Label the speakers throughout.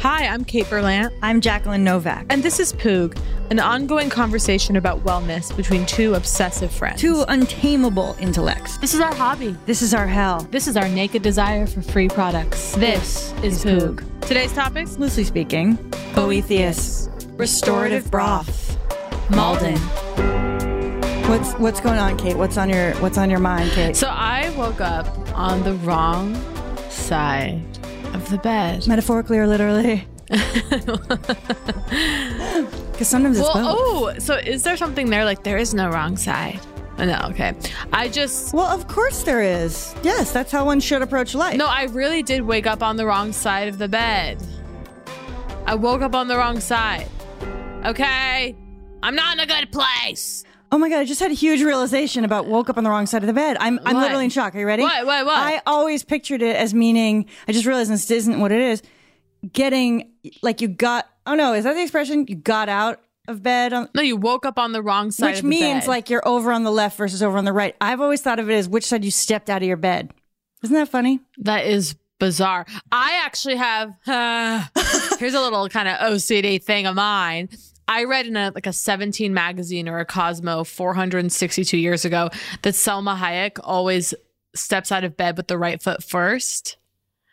Speaker 1: Hi, I'm Kate Berlant.
Speaker 2: I'm Jacqueline Novak.
Speaker 1: And this is Poog, an ongoing conversation about wellness between two obsessive friends.
Speaker 2: Two untamable intellects.
Speaker 1: This is our hobby.
Speaker 2: This is our hell.
Speaker 1: This is our naked desire for free products. This, is, Poog. Today's topics
Speaker 2: Loosely speaking, Boethius, restorative broth,
Speaker 1: Malden.
Speaker 2: What's what's going on, Kate? What's on your what's on your mind, Kate?
Speaker 1: So I woke up on the wrong side of the bed.
Speaker 2: Metaphorically or literally? Because sometimes it's
Speaker 1: well,
Speaker 2: both.
Speaker 1: oh, so is there something there? Like, there is no wrong side. Oh, No, okay. I just,
Speaker 2: Well, of course there is. Yes, that's how one should approach life.
Speaker 1: no, I really did wake up on the wrong side of the bed. I woke up on the wrong side. Okay. I'm not in a good place.
Speaker 2: Oh my god, I just had a huge realization about woke up on the wrong side of the bed. I'm I'm
Speaker 1: What?
Speaker 2: literally in shock. Are you ready?
Speaker 1: What, what, what?
Speaker 2: I always pictured it as meaning I just realized this isn't what it is. Getting like you got oh no, is that the expression? You got out of bed on
Speaker 1: No, you woke up on the wrong side
Speaker 2: which
Speaker 1: of the
Speaker 2: means
Speaker 1: bed.
Speaker 2: like you're over on the left versus over on the right. I've always thought of it as which side you stepped out of your bed. Isn't that funny?
Speaker 1: That is bizarre. I actually have uh, here's a little kind of OCD thing of mine. I read in a like a 17 magazine or a Cosmo 462 years ago that Selma Hayek always steps out of bed with the right foot first.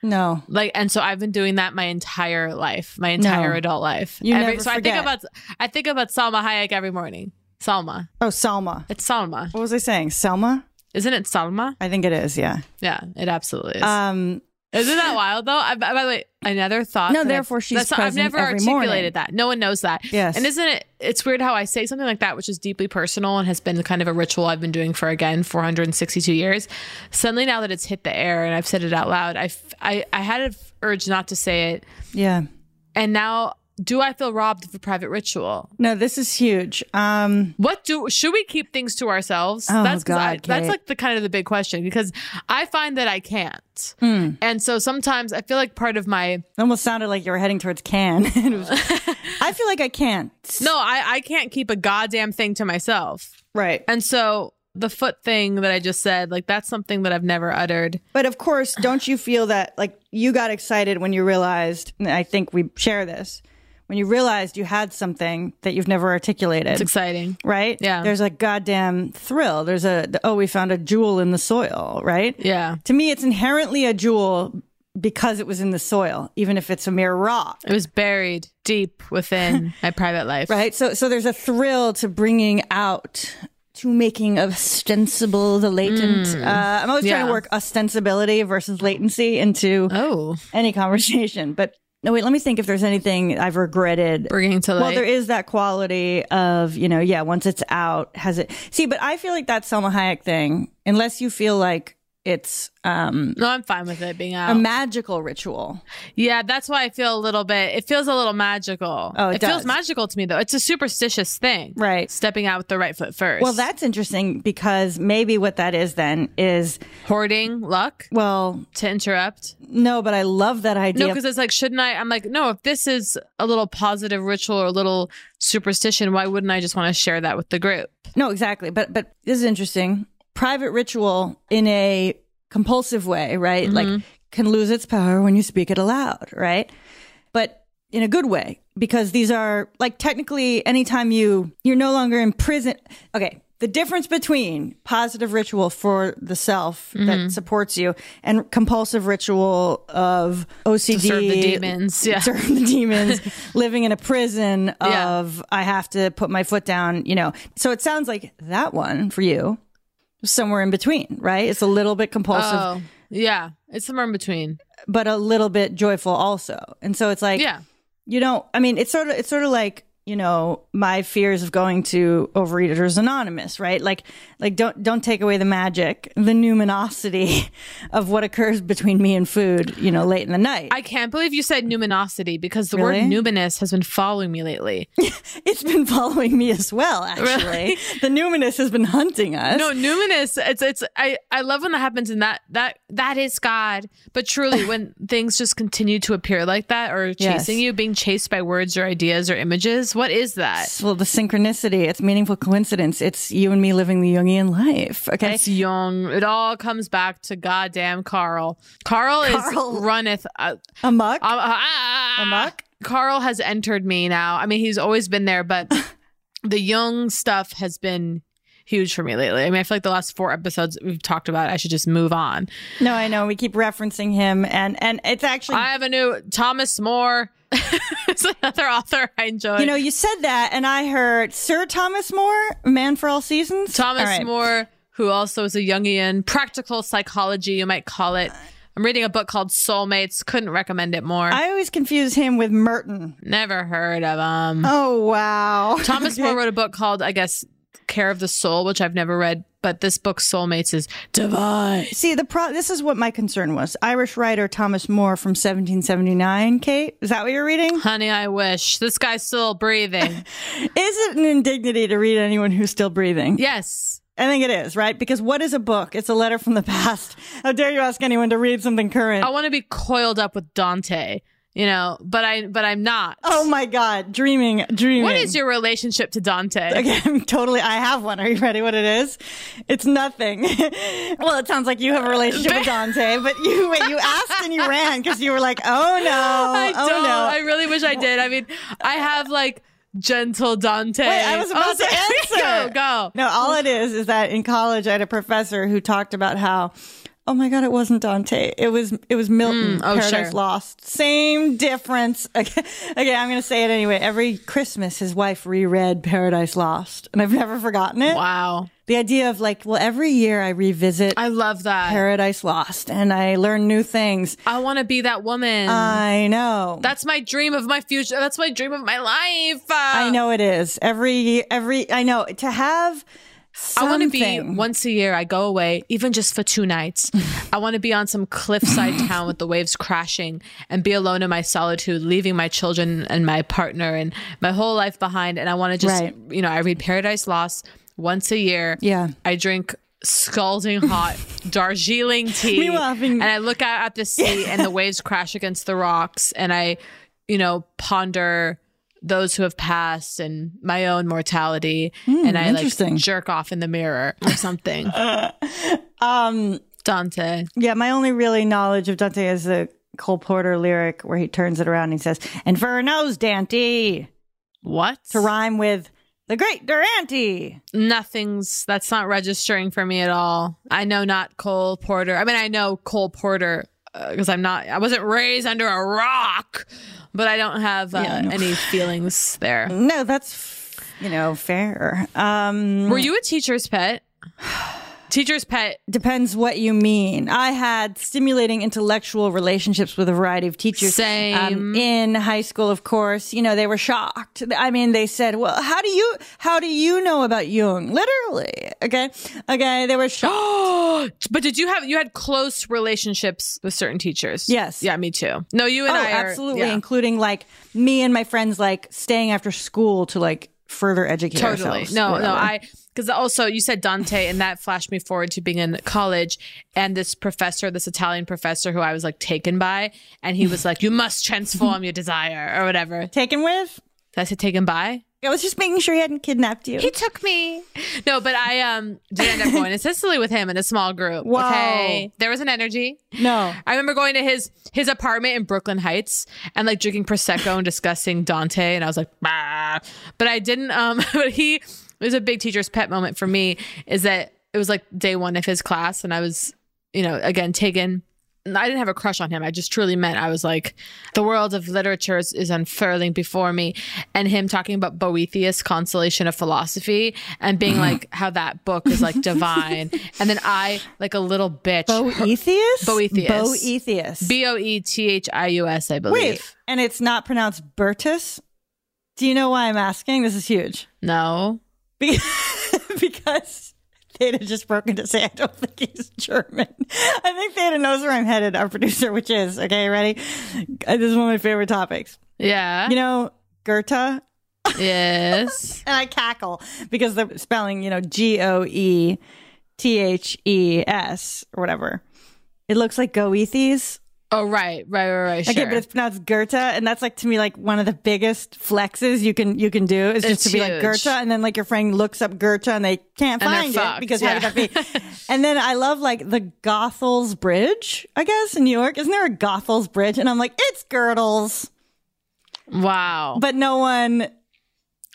Speaker 2: No.
Speaker 1: Like and so I've been doing that my entire life, my entire
Speaker 2: No.
Speaker 1: adult life.
Speaker 2: You never
Speaker 1: so I
Speaker 2: forget.
Speaker 1: think about I think about Selma Hayek every morning. Salma.
Speaker 2: Oh, Salma.
Speaker 1: It's Salma.
Speaker 2: What was I saying? Selma?
Speaker 1: Isn't it Salma?
Speaker 2: I think it is, yeah.
Speaker 1: Yeah, it absolutely is.
Speaker 2: Um
Speaker 1: Isn't that wild though? I, by the way, another thought.
Speaker 2: No,
Speaker 1: that
Speaker 2: therefore
Speaker 1: I've,
Speaker 2: she's
Speaker 1: that's- I've
Speaker 2: present
Speaker 1: never
Speaker 2: every
Speaker 1: articulated
Speaker 2: morning.
Speaker 1: that. No one knows that.
Speaker 2: Yes.
Speaker 1: And isn't it? It's weird how I say something like that, which is deeply personal and has been kind of a ritual I've been doing for again 462 years. Suddenly, now that it's hit the air and I've said it out loud, I f- I, I had an urge not to say it,
Speaker 2: yeah.
Speaker 1: and now do I feel robbed of a private ritual?
Speaker 2: No, this is huge. Um
Speaker 1: What do should we keep things to ourselves?
Speaker 2: Oh,
Speaker 1: that's 'cause I,
Speaker 2: God,
Speaker 1: that's
Speaker 2: Kate.
Speaker 1: like the kind of the big question because I find that I can't,
Speaker 2: hmm.
Speaker 1: and so sometimes I feel like part of my
Speaker 2: It almost sounded like you were heading towards can. It was- I feel like I can't.
Speaker 1: No, I, I can't keep a goddamn thing to myself.
Speaker 2: Right.
Speaker 1: And so the foot thing that I just said, like that's something that I've never uttered.
Speaker 2: But of course, don't you feel that like you got excited when you realized, and I think we share this, when you realized you had something that you've never articulated.
Speaker 1: It's exciting.
Speaker 2: right?
Speaker 1: Yeah.
Speaker 2: There's a goddamn thrill. There's a, the, oh, we found a jewel in the soil, right?
Speaker 1: Yeah.
Speaker 2: To me, it's inherently a jewel because it was in the soil, even if it's a mere rock,
Speaker 1: It was buried deep within my private life.
Speaker 2: right? So, so there's a thrill to bringing out, to making ostensible the latent. Uh, I'm always trying
Speaker 1: Mm. Yeah.
Speaker 2: to work ostensibility versus latency into
Speaker 1: Oh,
Speaker 2: any conversation, but. No, wait, let me think if there's anything I've regretted
Speaker 1: bringing to light.
Speaker 2: Well, there is that quality of, you know, yeah, once it's out, has it. See, but I feel like that Selma Hayek thing, unless you feel like it's um,
Speaker 1: no, I'm fine with it being out.
Speaker 2: a magical ritual.
Speaker 1: yeah, that's why I feel a little bit. It feels a little magical.
Speaker 2: Oh, it
Speaker 1: feels
Speaker 2: does.
Speaker 1: magical to me though. It's a superstitious thing,
Speaker 2: Right.
Speaker 1: Stepping out with the right foot first.
Speaker 2: Well, that's interesting because maybe what that is then is,
Speaker 1: hoarding luck
Speaker 2: well,
Speaker 1: to interrupt.
Speaker 2: no, but I love that
Speaker 1: No,
Speaker 2: idea.
Speaker 1: because it's like, shouldn't I? I'm like, no. If this is a little positive ritual or a little superstition, why wouldn't I just want to share that with the group?
Speaker 2: no, exactly. But, but this is interesting. Private ritual in a compulsive way, right? Like can lose its power when you speak it aloud, right? but in a good way because these are like technically anytime you you're no longer in prison okay the difference between positive ritual for the self
Speaker 1: Mm-hmm.
Speaker 2: that supports you and compulsive ritual of OCD
Speaker 1: To serve the demons, yeah.
Speaker 2: serve the demons living in a prison
Speaker 1: Yeah.
Speaker 2: of I have to put my foot down you know so it sounds like that one for you was somewhere in between right it's a little bit compulsive
Speaker 1: oh, yeah, it's somewhere in between.
Speaker 2: but a little bit joyful also and so it's like
Speaker 1: yeah,
Speaker 2: you don't i mean it's sort of it's sort of like you know my fears of going to overeaters anonymous right like like don't don't take away the magic the numinosity of what occurs between me and food you know late in the night
Speaker 1: I can't believe you said numinosity because the
Speaker 2: Really?
Speaker 1: word numinous has been following me lately.
Speaker 2: it's been following me as well actually
Speaker 1: Really?
Speaker 2: the numinous has been hunting us
Speaker 1: No, numinous. It's it's. I I love when that happens, and that that that is God. But truly, when things just continue to appear like that, or chasing
Speaker 2: Yes.
Speaker 1: you, being chased by words or ideas or images, what is that?
Speaker 2: It's- well the synchronicity it's meaningful coincidence it's you and me living the jungian life okay
Speaker 1: It's young. It all comes back to goddamn Carl. Carl,
Speaker 2: Carl.
Speaker 1: is runneth. Uh,
Speaker 2: amok
Speaker 1: um, ah,
Speaker 2: Amok?
Speaker 1: Carl has entered me now. I mean, he's always been there, but the young stuff has been huge for me lately. I mean, I feel like the last four episodes we've talked about, I should just move on.
Speaker 2: no i know we keep referencing him and and it's actually
Speaker 1: I have a new Thomas More. it's another author I enjoy.
Speaker 2: You know, you said that, and I heard Sir Thomas More, Man for All Seasons.
Speaker 1: Thomas
Speaker 2: All right.
Speaker 1: More, who also is a Jungian, practical psychology, you might call it. I'm reading a book called Soulmates. Couldn't recommend it more.
Speaker 2: I always confuse him with Merton.
Speaker 1: Never heard of him.
Speaker 2: Oh wow,
Speaker 1: Thomas More wrote a book called, I guess, Care of the Soul, which I've never read, but this book, Soulmates, is divine.
Speaker 2: See the pro. This is what my concern was. Irish writer Thomas More from 1779. Kate, is that what you're reading?
Speaker 1: Honey, I wish. This guy's still breathing.
Speaker 2: Is it an indignity to read anyone who's still breathing?
Speaker 1: yes.
Speaker 2: I think it is, right? Because what is a book? It's a letter from the past. How dare you ask anyone to read something current?
Speaker 1: I want to be coiled up with Dante, you know, but I but I'm not.
Speaker 2: Oh my God, dreaming, dreaming.
Speaker 1: What is your relationship to Dante?
Speaker 2: Okay, I'm totally. I have one. Are you ready? What it is? It's nothing. well, it sounds like you have a relationship with Dante, but you wait, you asked and you ran because you were like, "Oh no,
Speaker 1: I
Speaker 2: oh
Speaker 1: don't.
Speaker 2: no."
Speaker 1: I really wish I did. I mean, I have like gentle Dante.
Speaker 2: Wait, I was about
Speaker 1: Oh, sorry.
Speaker 2: to answer.
Speaker 1: go, go.
Speaker 2: No, all it is is that in college I had a professor who talked about how, oh my god, it wasn't Dante. It was it was Milton.
Speaker 1: oh,
Speaker 2: Paradise
Speaker 1: sure.
Speaker 2: Lost. Same difference. Okay, okay, I'm gonna say it anyway. Every Christmas, his wife reread Paradise Lost, and I've never forgotten it.
Speaker 1: Wow.
Speaker 2: The idea of like, well, every year I revisit
Speaker 1: I love that.
Speaker 2: Paradise Lost and I learn new things.
Speaker 1: I want to be that woman.
Speaker 2: I know.
Speaker 1: That's my dream of my future. That's my dream of my life. Uh,
Speaker 2: I know it is. Every every I know to have
Speaker 1: I
Speaker 2: something.
Speaker 1: want to be once a year. I go away, even just for two nights. I want to be on some cliffside town with the waves crashing and be alone in my solitude, leaving my children and my partner and my whole life behind. And I want to just,
Speaker 2: Right.
Speaker 1: you know, I read Paradise Lost once a year.
Speaker 2: Yeah.
Speaker 1: I drink scalding hot Darjeeling tea.
Speaker 2: Meanwhile, having-
Speaker 1: and I look out at the sea and the waves crash against the rocks. And I, you know, ponder those who have passed and my own mortality. and I
Speaker 2: Mm, interesting.
Speaker 1: like jerk off in the mirror or something.
Speaker 2: um
Speaker 1: Dante.
Speaker 2: yeah, my only really knowledge of Dante is the Cole Porter lyric where he turns it around and he says, "And for a nose, Dante,"
Speaker 1: What?
Speaker 2: to rhyme with the great Durante.
Speaker 1: Nothing's that's not registering for me at all. I know not Cole Porter. I mean, I know Cole Porter because I'm not. I wasn't raised under a rock, but I don't have uh,
Speaker 2: Yeah, I know.
Speaker 1: any feelings there.
Speaker 2: No, that's you know fair. Um,
Speaker 1: Were you a teacher's pet? Teacher's pet.
Speaker 2: Depends what you mean. I had stimulating intellectual relationships with a variety of teachers. um,
Speaker 1: Same.
Speaker 2: in high school, of course, you know, they were shocked. I mean, they said, well, how do you, how do you know about Jung? Literally. Okay. Okay. They were shocked.
Speaker 1: But did you have you had close relationships with certain teachers?
Speaker 2: Yes.
Speaker 1: Yeah, me too. No, you and
Speaker 2: oh,
Speaker 1: I are,
Speaker 2: absolutely.
Speaker 1: yeah.
Speaker 2: Including like me and my friends, like staying after school to like further educate
Speaker 1: totally
Speaker 2: ourselves.
Speaker 1: no
Speaker 2: Whatever.
Speaker 1: no i because also you said dante and that flashed me forward to being in college and this professor this italian professor who i was like taken by and he was like you must transform your desire or whatever did
Speaker 2: taken with.
Speaker 1: i say taken by
Speaker 2: I was just making sure he hadn't kidnapped you.
Speaker 1: took me no but i um did end up going to sicily with him in a small group
Speaker 2: Whoa.
Speaker 1: okay there was an energy
Speaker 2: No.
Speaker 1: I remember going to his his apartment in Brooklyn Heights and like drinking prosecco and discussing Dante, and I was like, bah. but I didn't. Um, but he it was a big teacher's pet moment for me. Is that it was like day one of his class, and I was, you know, again taken. and I didn't have a crush on him. I just truly meant I was like, the world of literature is, is unfurling before me. And him talking about Boethius, Consolation of Philosophy, and
Speaker 2: Mm-hmm.
Speaker 1: being like, how that book is like divine. and then I, like a little bitch,
Speaker 2: Boethius?
Speaker 1: Boethius.
Speaker 2: Boethius.
Speaker 1: B O E T H I U S, I believe.
Speaker 2: Wait, and it's not pronounced Bertus? Do you know why I'm asking? This is huge.
Speaker 1: No.
Speaker 2: Be- because Theta just broke into say, I don't think he's German. I think Theta knows where I'm headed, our producer, which is, okay, ready? Uh, This is one of my favorite topics.
Speaker 1: Yeah.
Speaker 2: You know, Goethe?
Speaker 1: yes.
Speaker 2: And I cackle because the spelling, you know, G O E T H E S or whatever. It looks like Goethes.
Speaker 1: Oh, right. Right, right, right.
Speaker 2: Okay,
Speaker 1: Sure.
Speaker 2: but it's pronounced Goethe, and that's like to me like one of the biggest flexes you can you can do is just
Speaker 1: It's
Speaker 2: to be like
Speaker 1: huge.
Speaker 2: Goethe, and then like your friend looks up Goethe and they can't
Speaker 1: And they're
Speaker 2: find it
Speaker 1: fucked,
Speaker 2: because how
Speaker 1: yeah.
Speaker 2: could that be? and then I love like the Gothels Bridge, I guess in New York. Isn't there a Gothels Bridge? And I'm like, it's girdles,
Speaker 1: wow.
Speaker 2: but no one.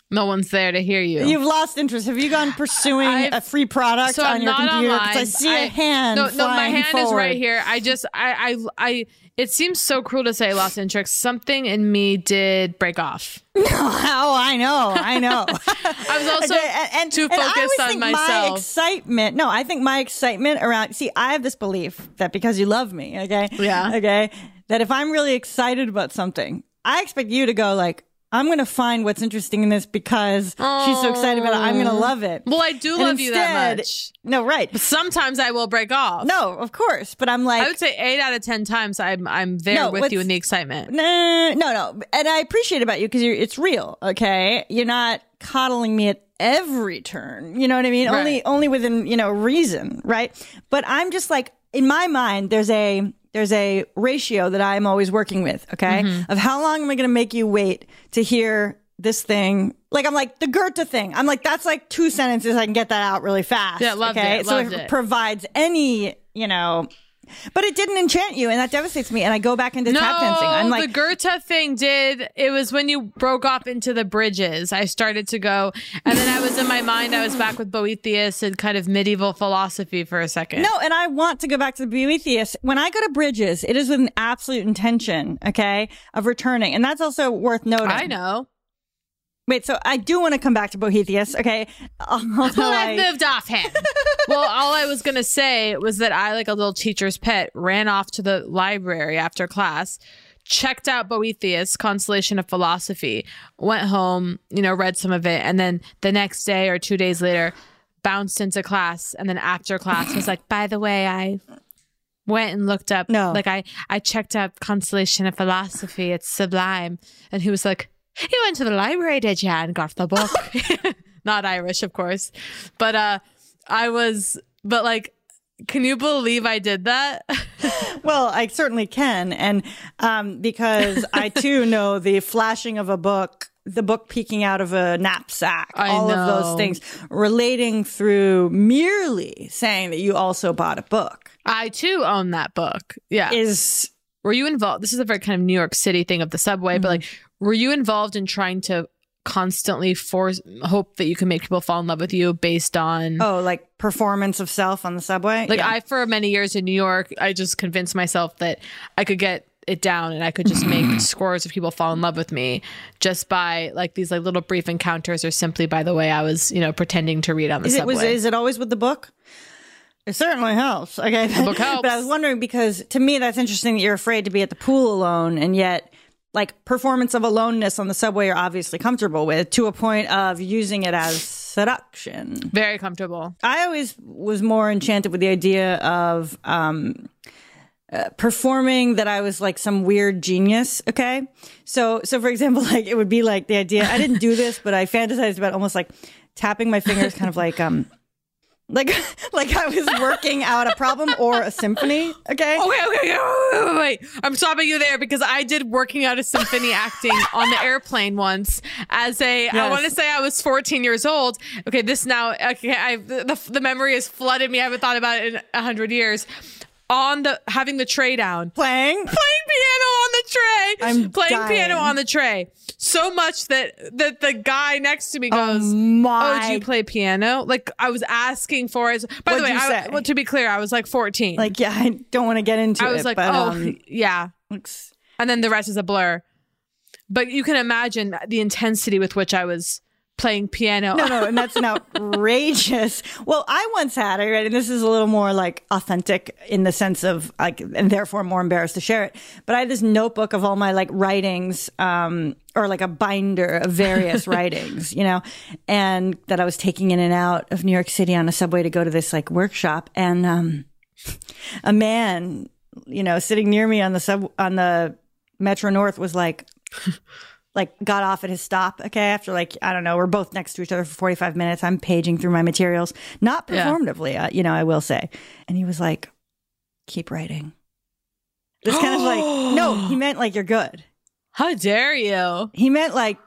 Speaker 1: no one's there to hear you.
Speaker 2: You've lost interest. Have you gone pursuing
Speaker 1: I've-
Speaker 2: a free product
Speaker 1: so
Speaker 2: on
Speaker 1: I'm
Speaker 2: your
Speaker 1: not
Speaker 2: computer? 'Cause
Speaker 1: online.
Speaker 2: I see a
Speaker 1: I-
Speaker 2: hand.
Speaker 1: No, no, my
Speaker 2: flying
Speaker 1: hand is
Speaker 2: forward.
Speaker 1: right here. I just, I, I, I. It seems so cruel to say lost interest. Something in me did break off.
Speaker 2: Oh, I know, I know.
Speaker 1: I was also too
Speaker 2: I always
Speaker 1: focused on
Speaker 2: think My
Speaker 1: myself.
Speaker 2: excitement. No, I think my excitement around. See, I have this belief that because you love me, okay,
Speaker 1: Yeah.
Speaker 2: okay, that if I'm really excited about something, I expect you to go like, I'm going to find what's interesting in this because she's so excited about it. I'm going to love it.
Speaker 1: Oh. Well, I do
Speaker 2: And
Speaker 1: love you that
Speaker 2: instead-
Speaker 1: much.
Speaker 2: No, right?
Speaker 1: Sometimes I will break off.
Speaker 2: No, of course. But I'm like,
Speaker 1: I would say eight out of ten times I'm I'm there
Speaker 2: No,
Speaker 1: with
Speaker 2: what's-
Speaker 1: you in the excitement.
Speaker 2: no, no, no. And I appreciate about you because it's real. Okay, you're not coddling me at every turn. You know what I mean?
Speaker 1: Right.
Speaker 2: Only, only within you know reason, right? But I'm just like in my mind, there's a there's a ratio that I'm always working with. Okay,
Speaker 1: Mm-hmm.
Speaker 2: of how long am I going to make you wait to hear this thing? Like I'm like the Goethe thing. I'm like that's like two sentences. I can get that out really fast.
Speaker 1: Yeah, loved
Speaker 2: okay,
Speaker 1: it,
Speaker 2: so
Speaker 1: loved
Speaker 2: if
Speaker 1: it.
Speaker 2: provides any you know. But it didn't enchant you, and that devastates me. And I go back into
Speaker 1: no,
Speaker 2: tap dancing. I'm like,
Speaker 1: the Goethe thing did. It was when you broke off into the bridges. I started to go, and then I was in my mind. I was back with Boethius and kind of medieval philosophy for a second.
Speaker 2: No, and I want to go back to the Boethius. When I go to Bridges, it is with an absolute intention, okay, of returning. And that's also worth noting.
Speaker 1: I know.
Speaker 2: Wait, so I do want to come back to Boethius, okay? Although
Speaker 1: Well,
Speaker 2: I-
Speaker 1: I've moved off him. well, all I was gonna say was that I, like a little teacher's pet, ran off to the library after class, checked out Boethius, Consolation of Philosophy, went home, you know, read some of it, and then the next day or two days later, bounced into class, and then after class was like, by the way, I went and looked up
Speaker 2: No.
Speaker 1: like I I checked up Consolation of Philosophy. It's sublime. And he was like, You went to the library, did you? And got the book. Not Irish, of course. But uh I was but like can you believe I did that?
Speaker 2: well, I certainly can. And um, because I too know the flashing of a book, the book peeking out of a knapsack,
Speaker 1: I
Speaker 2: all
Speaker 1: know.
Speaker 2: of those things, relating through merely saying that you also bought a book
Speaker 1: I too own that book. Yeah.
Speaker 2: is
Speaker 1: Were you involved? This is a very kind of New York City thing of the subway, but
Speaker 2: Mm-hmm.
Speaker 1: like, were you involved in trying to constantly force hope that you can make people fall in love with you based on?
Speaker 2: Oh, like performance of self on the subway.
Speaker 1: Like
Speaker 2: Uh, Yeah.
Speaker 1: I, for many years in New York, I just convinced myself that I could get it down and I could just make scores of people fall in love with me just by like these like little brief encounters or simply by the way I was, you know, pretending to read on the
Speaker 2: Is it
Speaker 1: subway.
Speaker 2: was is it always with the book? It certainly helps. Okay,
Speaker 1: book helps.
Speaker 2: but I was wondering because to me that's interesting that you're afraid to be at the pool alone, and yet like performance of aloneness on the subway you're obviously comfortable with to a point of using it as seduction.
Speaker 1: Very comfortable.
Speaker 2: I always was more enchanted with the idea of um, uh, performing that I was like some weird genius. Okay, so so for example, like it would be like the idea. I didn't do this, but I fantasized about almost like tapping my fingers, kind of like um. Like, like I was working out a problem or a symphony. Okay.
Speaker 1: Okay, okay, okay, wait, wait, wait, wait. I'm stopping you there because I did working out a symphony acting on the airplane once as a. I
Speaker 2: Yes.
Speaker 1: want to say I was 14 years old. Okay, this now, okay, I, the, the memory has flooded me. I haven't thought about it in 100 years. On the, having the tray down,
Speaker 2: Playing.
Speaker 1: playing piano on the tray.
Speaker 2: I'm
Speaker 1: playing
Speaker 2: dying.
Speaker 1: piano on the tray. So much that that the guy next to me goes, "Oh,
Speaker 2: my-
Speaker 1: do you play piano?" Like I was asking for it. By the
Speaker 2: What'd
Speaker 1: way,
Speaker 2: you
Speaker 1: I,
Speaker 2: say?
Speaker 1: well, to be clear, I was like 14.
Speaker 2: Like, yeah, I don't want to get into it.
Speaker 1: I was like,
Speaker 2: but,
Speaker 1: "Oh,
Speaker 2: um,
Speaker 1: yeah."
Speaker 2: looks-
Speaker 1: And then the rest is a blur. But you can imagine the intensity with which I was playing piano.
Speaker 2: no, no, and that's an outrageous. Well, I once had it, right? And this is a little more like authentic in the sense of like, and therefore more embarrassed to share it. But I had this notebook of all my like writings, um, or like a binder of various writings, you know, and that I was taking in and out of New York City on a subway to go to this like workshop. And, um, a man, you know, sitting near me on the sub, on the Metro North was like, like got off at his stop. Okay, after like I don't know, we're both next to each other for forty five minutes. I'm paging through my materials, not
Speaker 1: Yeah.
Speaker 2: performatively, uh, you know. I will say, and he was like, "Keep writing." It's kind of like no, he meant like you're good.
Speaker 1: How dare you?
Speaker 2: He meant like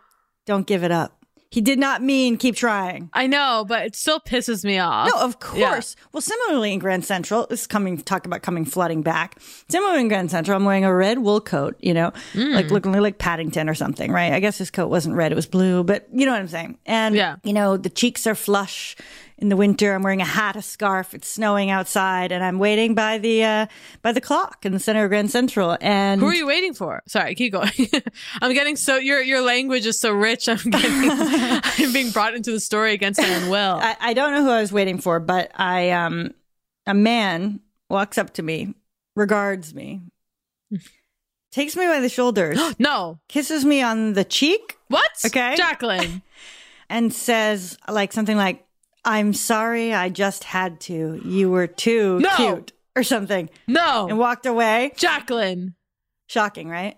Speaker 2: don't give it up. He did not mean keep trying.
Speaker 1: I know, but it still pisses me off.
Speaker 2: No, of
Speaker 1: Yeah.
Speaker 2: course. Well, similarly in Grand Central, this is coming talk about coming flooding back. Similarly in Grand Central, I'm wearing a red wool coat, you know,
Speaker 1: Hmm.
Speaker 2: like looking like Paddington or something, right? I guess his coat wasn't red, it was blue, but you know what I'm saying. And
Speaker 1: Yeah.
Speaker 2: you know, the cheeks are flush in the winter. I'm wearing a hat, a scarf. It's snowing outside and I'm waiting by the uh by the clock in the center of Grand Central and
Speaker 1: Who are you waiting for? Sorry, keep going. I'm getting so your your language is so rich. I'm getting I'm being brought into the story against my own will.
Speaker 2: I, I don't know who I was waiting for, but I um a man walks up to me, regards me, takes me by the shoulders,
Speaker 1: no,
Speaker 2: kisses me on the cheek,
Speaker 1: what?
Speaker 2: Okay.
Speaker 1: Jacqueline.
Speaker 2: and says like something like, "I'm sorry, I just had to. You were too
Speaker 1: No.
Speaker 2: cute." Or something, and
Speaker 1: No,
Speaker 2: walked away.
Speaker 1: Jacqueline.
Speaker 2: Shocking, right?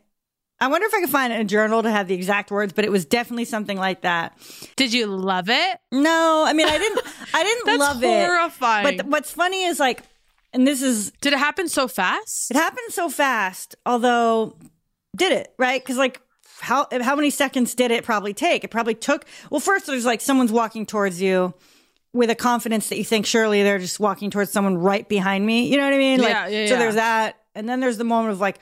Speaker 2: I wonder if I could find it in a journal to have the exact words, but it was definitely something like that.
Speaker 1: Did you love it?
Speaker 2: No, I mean, I didn't, I didn't
Speaker 1: That's
Speaker 2: love
Speaker 1: horrifying.
Speaker 2: it. But th- what's funny is like, and this is
Speaker 1: Did it happen so fast?
Speaker 2: It happened so fast, although did it right? Because like how how many seconds did it probably take? It probably took. Well, first there's like someone's walking towards you with a confidence that you think surely they're just walking towards someone right behind me. You know what I mean? Like,
Speaker 1: Yeah, yeah,
Speaker 2: So
Speaker 1: yeah.
Speaker 2: there's that, and then there's the moment of like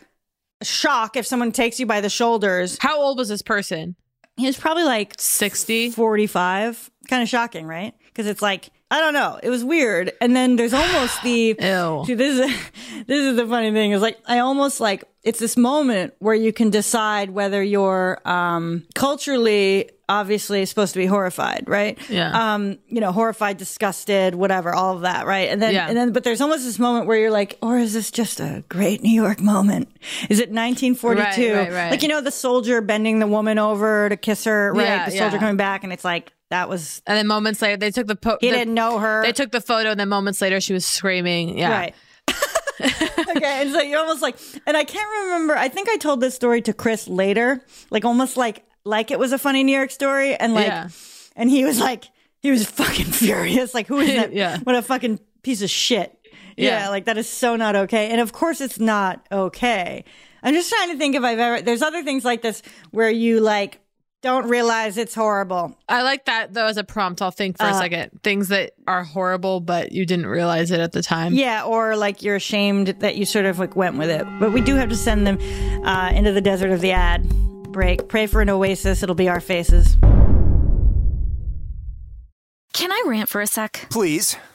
Speaker 2: shock if someone takes you by the shoulders.
Speaker 1: How old was this person?
Speaker 2: He was probably like
Speaker 1: 60?
Speaker 2: 45. Kind of shocking, right? Because it's like, I don't know. It was weird. And then there's almost the
Speaker 1: Ew.
Speaker 2: See, this is this is the funny thing. Is like I almost like it's this moment where you can decide whether you're um culturally obviously supposed to be horrified, right?
Speaker 1: Yeah.
Speaker 2: Um, you know, horrified, disgusted, whatever, all of that, right? And then
Speaker 1: Yeah.
Speaker 2: and then but there's almost this moment where you're like, or is this just a great New York moment? Is it 1942?
Speaker 1: Right, right, right.
Speaker 2: Like you know the soldier bending the woman over to kiss her, right?
Speaker 1: Yeah,
Speaker 2: the soldier
Speaker 1: yeah.
Speaker 2: coming back and it's like that was
Speaker 1: And then moments later, they took the po-
Speaker 2: he
Speaker 1: the-
Speaker 2: didn't know her.
Speaker 1: They took the photo, and then moments later, she was screaming. Yeah.
Speaker 2: Right. okay, and so you're almost like, and I can't remember. I think I told this story to Chris later, like almost like like it was a funny New York story, and like,
Speaker 1: Yeah.
Speaker 2: and he was like, he was fucking furious. Like, who is that?
Speaker 1: Yeah.
Speaker 2: what a fucking piece of shit. Yeah.
Speaker 1: Yeah.
Speaker 2: like that is so not okay. And of course, it's not okay. I'm just trying to think if I've ever. There's other things like this where you like don't realize it's horrible.
Speaker 1: I like that though as a prompt. I'll think
Speaker 2: Uh,
Speaker 1: for a second. Things that are horrible, but you didn't realize it at the time.
Speaker 2: Yeah, or like you're ashamed that you sort of like went with it. But we do have to send them uh, into the desert of the ad. Break. Pray for an oasis. It'll be our faces.
Speaker 3: Can I rant for a sec?
Speaker 4: Please,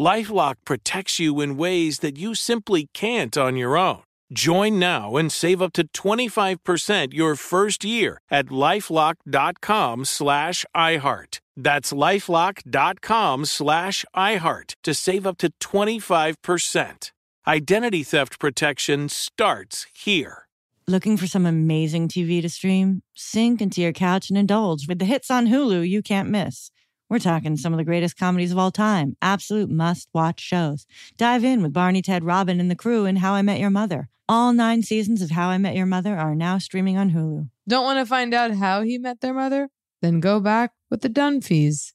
Speaker 5: Lifelock protects you in ways that you simply can't on your own. Join now and save up to 25% your first year at lifelock.com slash iHeart. That's lifelock.com slash iHeart to save up to 25%. Identity theft protection starts here.
Speaker 6: Looking for some amazing TV to stream? Sink into your couch and indulge with the hits on Hulu you can't miss. We're talking some of the greatest comedies of all time, absolute must watch shows. Dive in with Barney, Ted, Robin, and the crew in How I Met Your Mother. All nine seasons of How I Met Your Mother are now streaming on Hulu.
Speaker 1: Don't want to find out how he met their mother? Then go back with the Dunphys,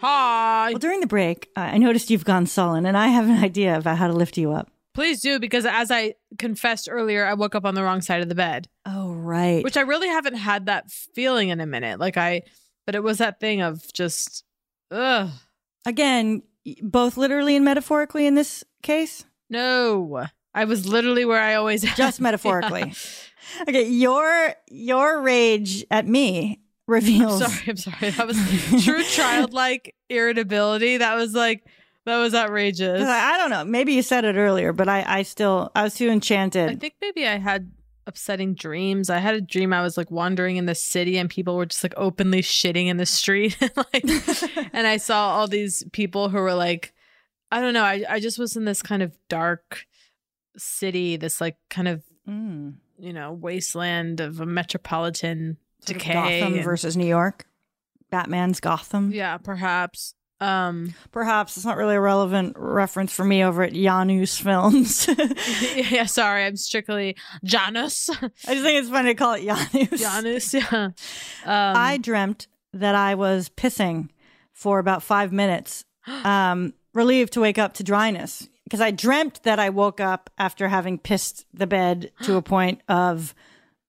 Speaker 1: Hi.
Speaker 2: Well, during the break, uh, I noticed you've gone sullen, and I have an idea about how to lift you up.
Speaker 1: Please do, because as I confessed earlier, I woke up on the wrong side of the bed.
Speaker 2: Oh, right.
Speaker 1: which I really haven't had that feeling in a minute. Like I, but it was that thing of just, ugh,
Speaker 2: Again, y- both literally and metaphorically in this case.
Speaker 1: no. I was literally where I always am.
Speaker 2: Just metaphorically. Okay, your your rage at me
Speaker 1: Yeah.
Speaker 2: reveals.
Speaker 1: Sorry, I'm sorry. That was true childlike irritability. That was like that was outrageous.
Speaker 2: 'Cause I I don't know. Maybe you said it earlier, but I, I still I was too enchanted.
Speaker 1: I think maybe I had upsetting dreams. I had a dream I was like wandering in the city and people were just like openly shitting in the street and like and I saw all these people who were like I don't know, I I just was in this kind of dark city, this like kind of
Speaker 2: Mm.
Speaker 1: you know wasteland of a metropolitan
Speaker 2: Sort of
Speaker 1: decay.
Speaker 2: Gotham
Speaker 1: and-
Speaker 2: versus New York. Batman's Gotham.
Speaker 1: Yeah, perhaps. Um,
Speaker 2: perhaps it's not really a relevant reference for me over at Janus Films.
Speaker 1: yeah, sorry, I'm strictly Janus. I
Speaker 2: just think it's funny to call it Janus.
Speaker 1: Janus, yeah. Um,
Speaker 2: I dreamt that I was pissing for about five minutes, um, relieved to wake up to dryness because I dreamt that I woke up after having pissed the bed to a point of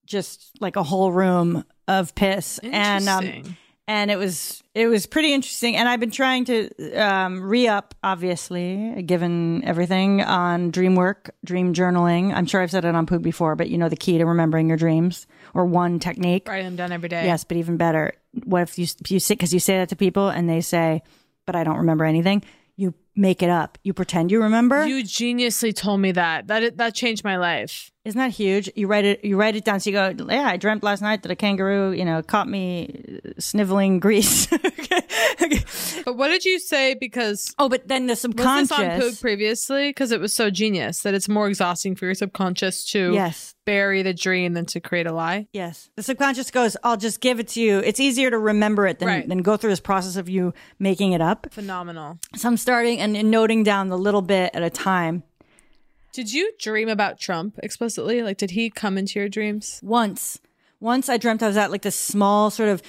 Speaker 2: just like a whole room of piss, and
Speaker 1: Interesting.
Speaker 2: um, and it was it was pretty interesting. And I've been trying to um, re up, obviously, given everything on dream work, dream journaling. I'm sure I've said it on poop before, but you know the key to remembering your dreams or one technique.
Speaker 1: write them down every day.
Speaker 2: Yes, but even better, what if you you say because you say that to people and they say, "But I don't remember anything." You make it up. You pretend you remember.
Speaker 1: You geniusly told me that. That that changed my life.
Speaker 2: Isn't that huge? You write it. You write it down. So you go, "Yeah, I dreamt last night that a kangaroo, you know, caught me uh, sniveling grease."
Speaker 1: But what did you say? Because
Speaker 2: oh, but then the
Speaker 1: was this on
Speaker 2: subconscious-
Speaker 1: Poog previously because it was so genius that it's more exhausting for your subconscious to
Speaker 2: Yes.
Speaker 1: bury the dream than to create a lie.
Speaker 2: yes, the subconscious goes, "I'll just give it to you." It's easier to remember it than
Speaker 1: Right.
Speaker 2: than go through this process of you making it up.
Speaker 1: Phenomenal.
Speaker 2: So I'm starting and, and noting down the little bit at a time.
Speaker 1: Did you dream about Trump explicitly? Like, did he come into your dreams?
Speaker 2: Once. Once I dreamt I was at like this small sort of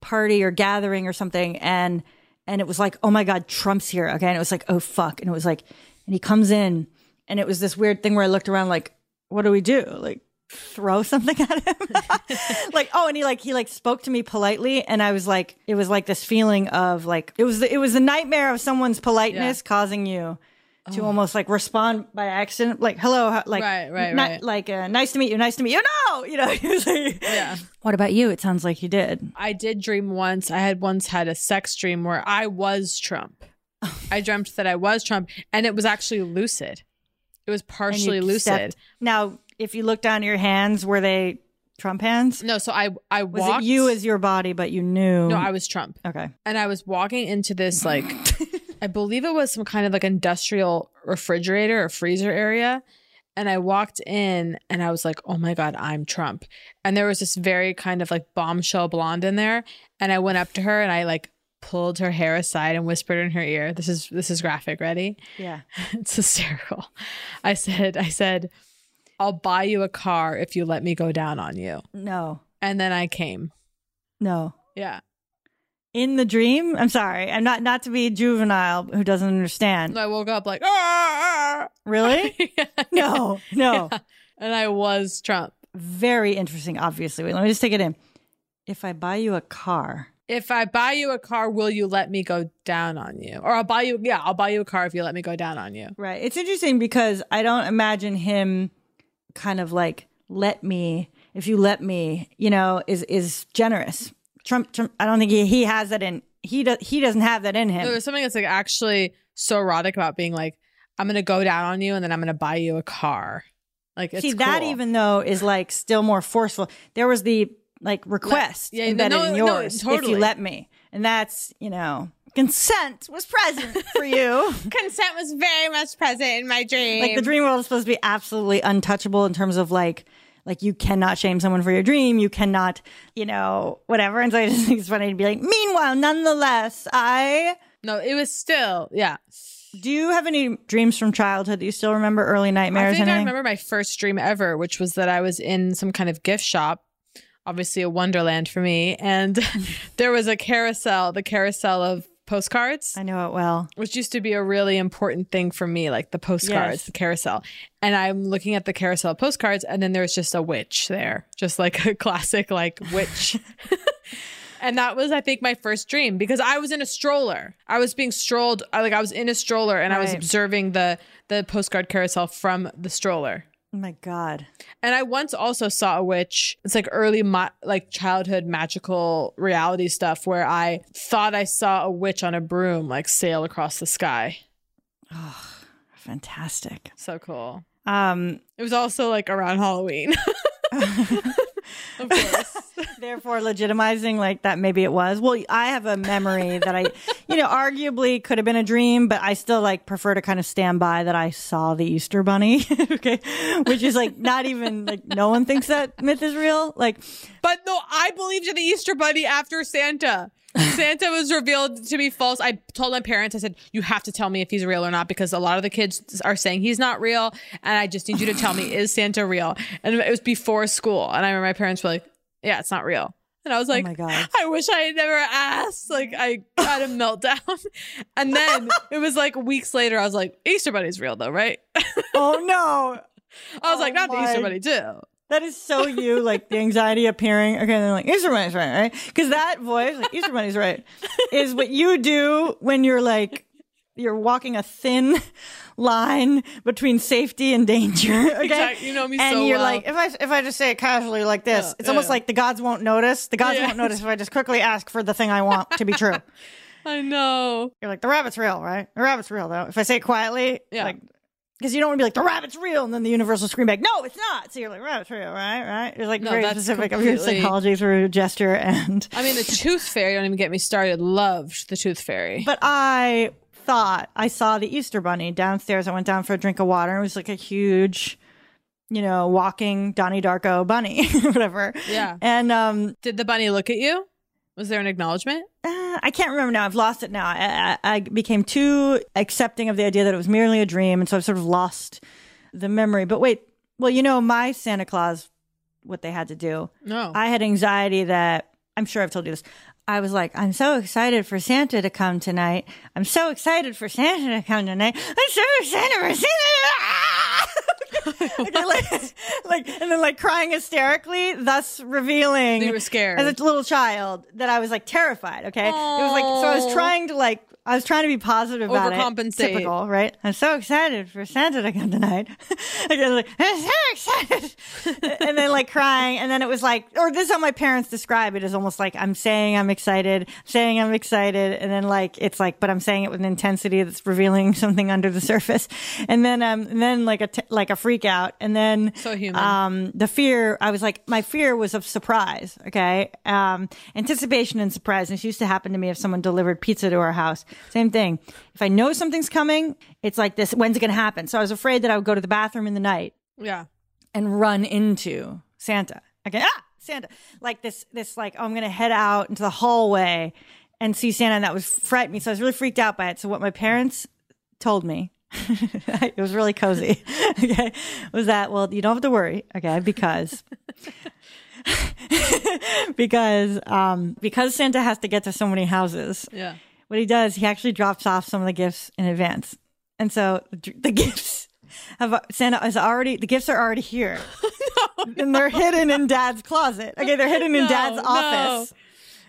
Speaker 2: party or gathering or something and and it was like, "Oh my god, Trump's here." Okay? And it was like, "Oh fuck." And it was like and he comes in and it was this weird thing where I looked around like, "What do we do?" Like throw something at him. like, "Oh," and he like he like spoke to me politely and I was like it was like this feeling of like it was the, it was the nightmare of someone's politeness causing you to
Speaker 1: Oh.
Speaker 2: almost like respond by accident like hello how- Uh, like
Speaker 1: Right, right,
Speaker 2: ni-
Speaker 1: right.
Speaker 2: like uh, nice to meet you nice to meet you no you know yeah what about you it sounds like you did
Speaker 1: I did dream once. I had once had a sex dream where I was Trump.
Speaker 2: Oh.
Speaker 1: I dreamt that I was Trump, and it was actually lucid. It was
Speaker 2: And you
Speaker 1: partially lucid.
Speaker 2: stepped- now if you look down at your hands were they trump hands
Speaker 1: no so i i
Speaker 2: was
Speaker 1: walked-
Speaker 2: it you as your body but you knew
Speaker 1: No, I was Trump.
Speaker 2: okay
Speaker 1: and I was walking into this like I believe it was some kind of like industrial refrigerator or freezer area and I walked in and I was like, "Oh my god, I'm Trump." And there was this very kind of like bombshell blonde in there and I went up to her and I like pulled her hair aside and whispered in her ear. This is this is graphic, ready?
Speaker 2: yeah
Speaker 1: it's hysterical. I said I said, "I'll buy you a car if you let me go down on you."
Speaker 2: No.
Speaker 1: And then I came.
Speaker 2: Mm. no
Speaker 1: Yeah.
Speaker 2: in the dream i'm sorry i'm not not to be juvenile who doesn't understand
Speaker 1: I woke up like, "Ah!"
Speaker 2: really no no
Speaker 1: and i was trump
Speaker 2: very interesting obviously wait let me just take it in if i buy you a car
Speaker 1: if I buy you a car, will you let me go down on you? Or I'll buy you, yeah, I'll buy you a car if you let me go down on you.
Speaker 2: Right. It's interesting because I don't imagine him kind of like let me if you let me, you know, is is generous. Trump Trump I don't think he, he has that in he does he doesn't have that in him.
Speaker 1: No, there's something that's like actually so erotic about being like, I'm gonna go down on you and then I'm gonna buy you a car. Like, it's
Speaker 2: See that
Speaker 1: cool.
Speaker 2: even though is like still more forceful. There was the like request
Speaker 1: yeah,
Speaker 2: embedded
Speaker 1: no,
Speaker 2: in
Speaker 1: no,
Speaker 2: yours if
Speaker 1: totally.
Speaker 2: you let me. And that's, you know, consent was present for you.
Speaker 1: consent was very much present in my dream.
Speaker 2: like the dream world is supposed to be absolutely untouchable in terms of like like you cannot shame someone for your dream you cannot you know whatever and so i just think it's funny to be like meanwhile nonetheless i
Speaker 1: no it was still yeah
Speaker 2: do you have any dreams from childhood that you still remember early nightmares
Speaker 1: I think
Speaker 2: anything?
Speaker 1: I remember my first dream ever, which was that I was in some kind of gift shop, obviously a wonderland for me, and there was a carousel, the carousel of postcards. I
Speaker 2: know it well.
Speaker 1: Which used to be a really important thing for me, like the postcards,
Speaker 2: Yes.
Speaker 1: the carousel. And I'm looking at the carousel of postcards, and then there's just a witch there, just like a classic like witch. And that was, I think, my first dream because I was in a stroller. I was being strolled, I- like I was in a stroller, and I was
Speaker 2: Right.
Speaker 1: observing the the postcard carousel from the stroller.
Speaker 2: oh my god
Speaker 1: And I once also saw a witch. It's like early, mo- like childhood magical reality stuff where I thought I saw a witch on a broom like sail across the sky.
Speaker 2: fantastic
Speaker 1: So cool.
Speaker 2: um
Speaker 1: It was also like around Halloween.
Speaker 2: therefore legitimizing like that maybe it was well i have a memory that i you know arguably could have been a dream but i still like prefer to kind of stand by that i saw the easter bunny okay which is like not even like no one thinks that myth is real like
Speaker 1: but no i believed in the easter bunny after santa Santa was revealed to be false. I told my parents, I said, you have to tell me if he's real or not because a lot of the kids are saying he's not real. And I just need you to tell me, is Santa real? And it was before school. And I remember my parents were like, yeah, it's not real. And I was like,
Speaker 2: Oh my God.
Speaker 1: I wish I had never asked. Like, I had a meltdown. And then it was like weeks later, I was like, Easter Bunny's real though, right?
Speaker 2: oh, no.
Speaker 1: I was like, not the Easter
Speaker 2: Oh my
Speaker 1: Bunny, too.
Speaker 2: That is so you, like the anxiety appearing. Okay, then like Easter Bunny's right, right? Because that voice, like Easter Bunny's right, is what you do when you're like you're walking a thin line between safety and danger. Okay,
Speaker 1: Exact- you know me
Speaker 2: and
Speaker 1: so
Speaker 2: you're
Speaker 1: well.
Speaker 2: like if I if I just say it casually like this,
Speaker 1: Yeah,
Speaker 2: it's almost
Speaker 1: yeah.
Speaker 2: like the gods won't notice. The gods
Speaker 1: Yeah.
Speaker 2: won't notice if I just quickly ask for the thing I want to be true.
Speaker 1: I know.
Speaker 2: You're like the rabbit's real, right? The rabbit's real though. If I say it quietly,
Speaker 1: Yeah.
Speaker 2: like because you don't want to be like the rabbit's real, and then the universe will scream back, "No, it's not!" So you're like, "Rabbit's real, right? Right?" It's like
Speaker 1: No,
Speaker 2: very
Speaker 1: that's
Speaker 2: specific of your
Speaker 1: completely-
Speaker 2: psychology through gesture and.
Speaker 1: I mean, the Tooth Fairy, don't even get me started, loved the Tooth Fairy.
Speaker 2: But I thought I saw the Easter Bunny downstairs. I went down for a drink of water, and it was like a huge, you know, walking Donnie Darko bunny, whatever.
Speaker 1: Yeah.
Speaker 2: And um,
Speaker 1: Did the bunny look at you? Was there an acknowledgement?
Speaker 2: uh, I can't remember now. I've lost it now. I, I, I became too accepting of the idea that it was merely a dream, and so I've sort of lost the memory. But wait, well, you know, my Santa Claus, what they had to do.
Speaker 1: No.
Speaker 2: I had anxiety that I'm sure I've told you this. I was like, I'm so excited for Santa to come tonight. I'm so excited for Santa to come tonight. I'm so excited for Santa. to-" Okay, like, like, and then like crying hysterically, thus revealing.
Speaker 1: You were scared.
Speaker 2: as a little child that I was like terrified. Okay, it was like so I
Speaker 1: Aw.
Speaker 2: was trying to like I was trying to be positive about
Speaker 1: Overcompensate.
Speaker 2: it. Typical, right? I'm so excited for Santa to come tonight. Like, I was like, I'm so excited, and then like crying, and then it was like, or this is how my parents describe it is almost like I'm saying I'm excited, saying I'm excited, and then like it's like, but I'm saying it with an intensity that's revealing something under the surface, and then um, and then like a t- like a freak out, and then
Speaker 1: So human.
Speaker 2: um, the fear, I was like, my fear was of surprise. Okay. Um, anticipation and surprise. This used to happen to me if someone delivered pizza to our house. Same thing. If I know something's coming, it's like this, when's it going to happen? So I was afraid that I would go to the bathroom in the night
Speaker 1: yeah.
Speaker 2: and run into Santa. Okay. Ah, Santa. Like this, this, like, oh, I'm going to head out into the hallway and see Santa. And that was frightened me. So I was really freaked out by it. So what my parents told me, it was really cozy. Okay. Was that, well, you don't have to worry. Okay. Because, because, um, because Santa has to get to so many houses.
Speaker 1: Yeah.
Speaker 2: What he does, he actually drops off some of the gifts in advance. And so the dr- the gifts have Santa is already the gifts are already here. and they're hidden in dad's closet. Okay, they're hidden in
Speaker 1: No,
Speaker 2: dad's
Speaker 1: no.
Speaker 2: office.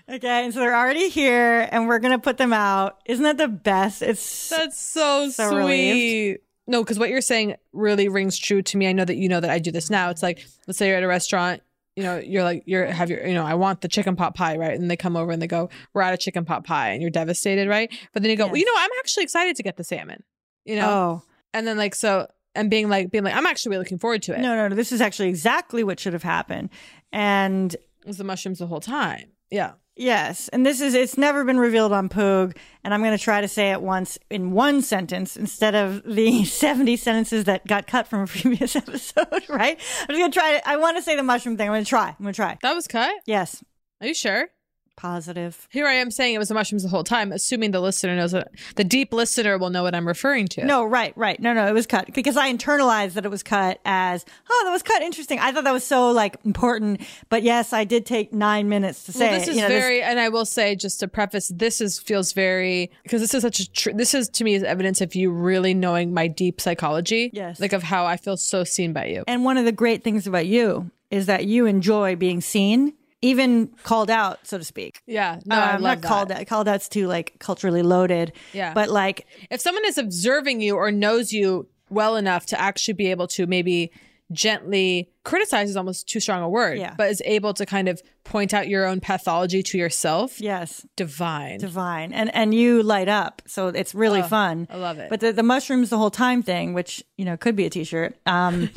Speaker 2: Okay, and so they're already here and we're going to put them out. Isn't that the best? It's
Speaker 1: That's so,
Speaker 2: So
Speaker 1: sweet.
Speaker 2: relieved.
Speaker 1: No, because what you're saying really rings true to me. I know that you know that I do this now. It's like, let's say you're at a restaurant, you know, you're like, you're have your, you know, I want the chicken pot pie, right? And they come over and they go, we're out of chicken pot pie, and you're devastated, right? But then you go, well, you know, I'm actually excited to get the salmon, you know,
Speaker 2: Oh.
Speaker 1: and then like so, and being like, being like, I'm actually really looking forward to it.
Speaker 2: No, no, no. This is actually exactly what should have happened. And
Speaker 1: It was the mushrooms the whole time. Yeah.
Speaker 2: Yes, and this is it's never been revealed on Poog, and I'm going to try to say it once in one sentence instead of the 70 sentences that got cut from a previous episode, right? I'm just going to try to I want to say the mushroom thing. I'm going to try. I'm going to try.
Speaker 1: That was cut?
Speaker 2: Yes.
Speaker 1: Are you sure?
Speaker 2: Positive.
Speaker 1: Here I am saying it was the mushrooms the whole time, assuming the listener knows what the deep listener will know what I'm referring to.
Speaker 2: No, right, right. No, no, it was cut because I internalized that it was cut as, oh, that was cut. Interesting. I thought that was so like important, but yes, I did take 9 minutes to say
Speaker 1: Well, this
Speaker 2: it.
Speaker 1: is
Speaker 2: You know,
Speaker 1: very, and I will say just to preface, this is feels very because this is such a tr- this is to me is evidence of you really knowing my deep psychology,
Speaker 2: Yes.
Speaker 1: like of how I feel so seen by you.
Speaker 2: And one of the great things about you is that you enjoy being seen, even called out, so to speak.
Speaker 1: yeah, no,
Speaker 2: Uh,
Speaker 1: I
Speaker 2: I'm
Speaker 1: love
Speaker 2: not called
Speaker 1: that.
Speaker 2: out. Called out's too like culturally loaded.
Speaker 1: Yeah.
Speaker 2: But like,
Speaker 1: If someone is observing you or knows you well enough to actually be able to maybe gently criticize is almost too strong a word,
Speaker 2: Yeah.
Speaker 1: but is able to kind of point out your own pathology to yourself.
Speaker 2: yes,
Speaker 1: Divine.
Speaker 2: divine, and and you light up, so it's really
Speaker 1: Oh,
Speaker 2: fun.
Speaker 1: I love it.
Speaker 2: But the, the mushrooms the whole time thing, which you know could be a t-shirt. Um,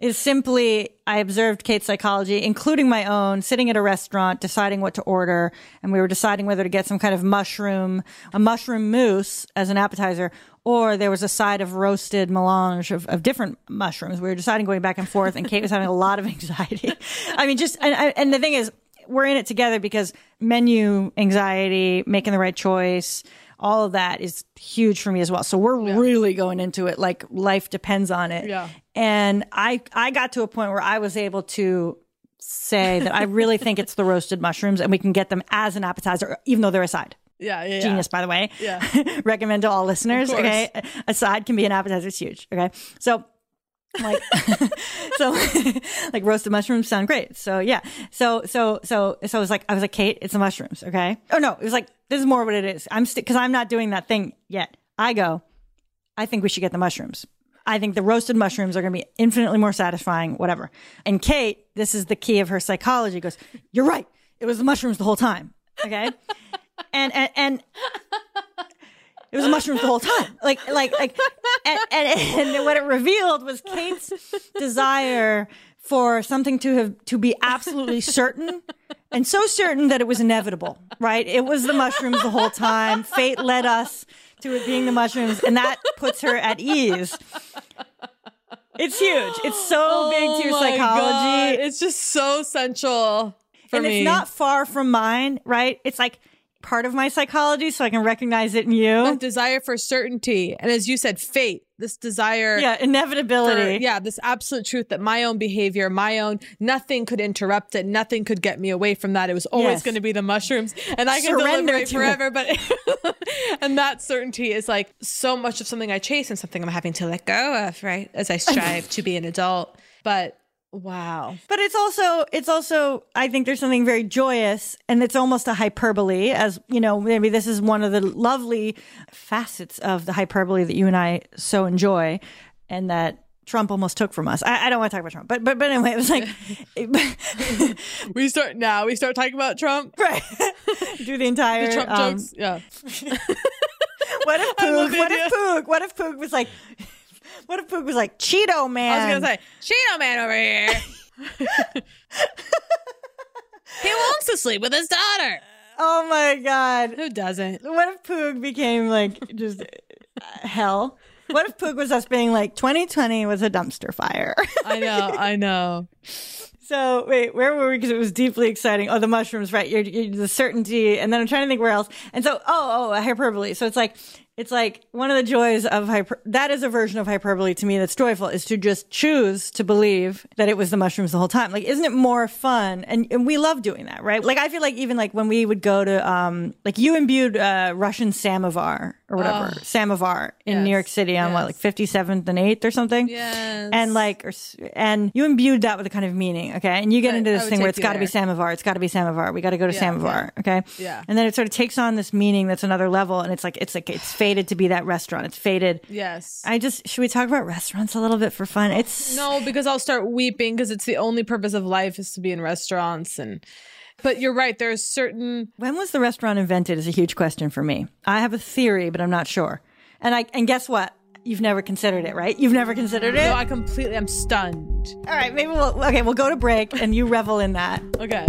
Speaker 2: is simply I observed Kate's psychology, including my own, sitting at a restaurant, deciding what to order. And we were deciding whether to get some kind of mushroom, a mushroom mousse as an appetizer, or there was a side of roasted melange of, of different mushrooms. We were deciding going back and forth, and Kate was having a lot of anxiety. I mean, just, and, I- and the thing is, we're in it together because menu anxiety, making the right choice, all of that is huge for me as well. So we're really going into it like life depends on it.
Speaker 1: Yeah.
Speaker 2: And I I got to a point where I was able to say that I really think it's the roasted mushrooms and we can get them as an appetizer even though they're a side.
Speaker 1: Yeah, yeah, yeah.
Speaker 2: Genius by the way.
Speaker 1: Yeah.
Speaker 2: Recommend to all listeners,
Speaker 1: Of course.
Speaker 2: okay? A side can be an appetizer, it's huge, okay? So like so like roasted mushrooms sound great. So yeah. So so so so I was like I was like Kate, it's the mushrooms, okay? Oh no, it was like this is more what it is. I'm st- cuz I'm not doing that thing yet. I go I think we should get the mushrooms. I think the roasted mushrooms are going to be infinitely more satisfying, whatever. And Kate, this is the key of her psychology goes, "You're right. It was the mushrooms the whole time." Okay? and and and it was mushrooms the whole time. Like like like and, and, and what it revealed was Kate's desire for something to have to be absolutely certain and so certain that it was inevitable, right? It was the mushrooms the whole time. Fate led us to it being the mushrooms and that puts her at ease. It's huge. It's so big to your
Speaker 1: my
Speaker 2: psychology.
Speaker 1: God. It's just so central. for
Speaker 2: and
Speaker 1: me.
Speaker 2: it's not far from mine, right? It's like part of my psychology, so I can recognize it in you.
Speaker 1: That desire for certainty, and as you said, fate. This desire,
Speaker 2: Yeah, inevitability.
Speaker 1: for- yeah, this absolute truth that my own behavior, my own nothing could interrupt it, nothing could get me away from that. It was always
Speaker 2: Yes.
Speaker 1: going to be the mushrooms, and I can
Speaker 2: Surrender
Speaker 1: deliberate
Speaker 2: to
Speaker 1: forever. But and that certainty is like so much of something I chase and something I'm having to let go of, right? As I strive to be an adult, but wow,
Speaker 2: But it's also it's also I think there's something very joyous and it's almost a hyperbole as you know maybe this is one of the lovely facets of the hyperbole that you and I so enjoy and that Trump almost took from us. I, I don't want to talk about Trump, but but but anyway, it was like
Speaker 1: we start now. We start talking about Trump,
Speaker 2: right? Do the entire
Speaker 1: the Trump
Speaker 2: um,
Speaker 1: jokes, yeah.
Speaker 2: What if
Speaker 1: I love
Speaker 2: Poog?
Speaker 1: the
Speaker 2: What
Speaker 1: idea.
Speaker 2: if Poog? What if Poog was like? What if Poog was like Cheeto Man?
Speaker 1: I was gonna say Cheeto Man over here. he wants to sleep with his daughter.
Speaker 2: Oh my god.
Speaker 1: Who doesn't?
Speaker 2: What if Poog became like just uh, hell? What if Poog was us being like 2020 was a dumpster fire?
Speaker 1: I know. I know.
Speaker 2: so wait, where were we? Because it was deeply exciting. Oh, the mushrooms, right? You're, you're the certainty, and then I'm trying to think where else. And so, oh, oh, a hyperbole. So it's like. It's like one of the joys of hyper. That is a version of hyperbole to me that's joyful is to just choose to believe that it was the mushrooms the whole time. Like, isn't it more fun? And, and we love doing that, right? Like, I feel like even like when we would go to, um, like you imbued, uh, Russian samovar or whatever,
Speaker 1: Oh.
Speaker 2: samovar in New York City on what, like 57th and 8th or something?
Speaker 1: Yes.
Speaker 2: and like or, s- and you imbued that with a kind of meaning okay and you get into
Speaker 1: I
Speaker 2: this
Speaker 1: would
Speaker 2: thing where
Speaker 1: take
Speaker 2: it's
Speaker 1: you
Speaker 2: got to be
Speaker 1: there.
Speaker 2: samovar it's got to be samovar we got to go to samovar okay
Speaker 1: Yeah.
Speaker 2: and then it sort of takes on this meaning that's another level and it's like it's like it's fated to be that restaurant it's fated
Speaker 1: Yes.
Speaker 2: i just should we talk about restaurants a little bit for fun it's
Speaker 1: No, because I'll start weeping because it's the only purpose of life is to be in restaurants and. But you're right. There's certain.
Speaker 2: when was the restaurant invented is a huge question for me i have a theory but i'm not sure and i and guess what you've never considered it right you've never considered it
Speaker 1: No, I completely. I'm stunned.
Speaker 2: all right maybe we'll okay we'll go to break and you revel in that
Speaker 1: Okay.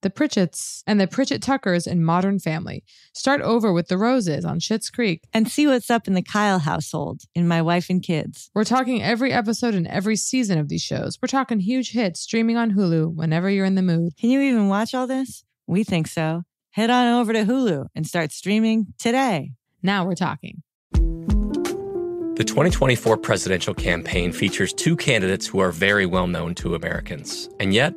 Speaker 1: the Pritchetts, and the Pritchett Tuckers in Modern Family. Start over with the Roses on Schitt's Creek.
Speaker 6: And see what's up in the Kyle household in My Wife and Kids.
Speaker 1: We're talking every episode and every season of these shows. We're talking huge hits streaming on Hulu whenever you're in the mood.
Speaker 6: Can you even watch all this? We think so. Head on over to Hulu and start streaming today.
Speaker 1: Now we're talking.
Speaker 7: The 2024 presidential campaign features two candidates who are very well known to Americans. And yet,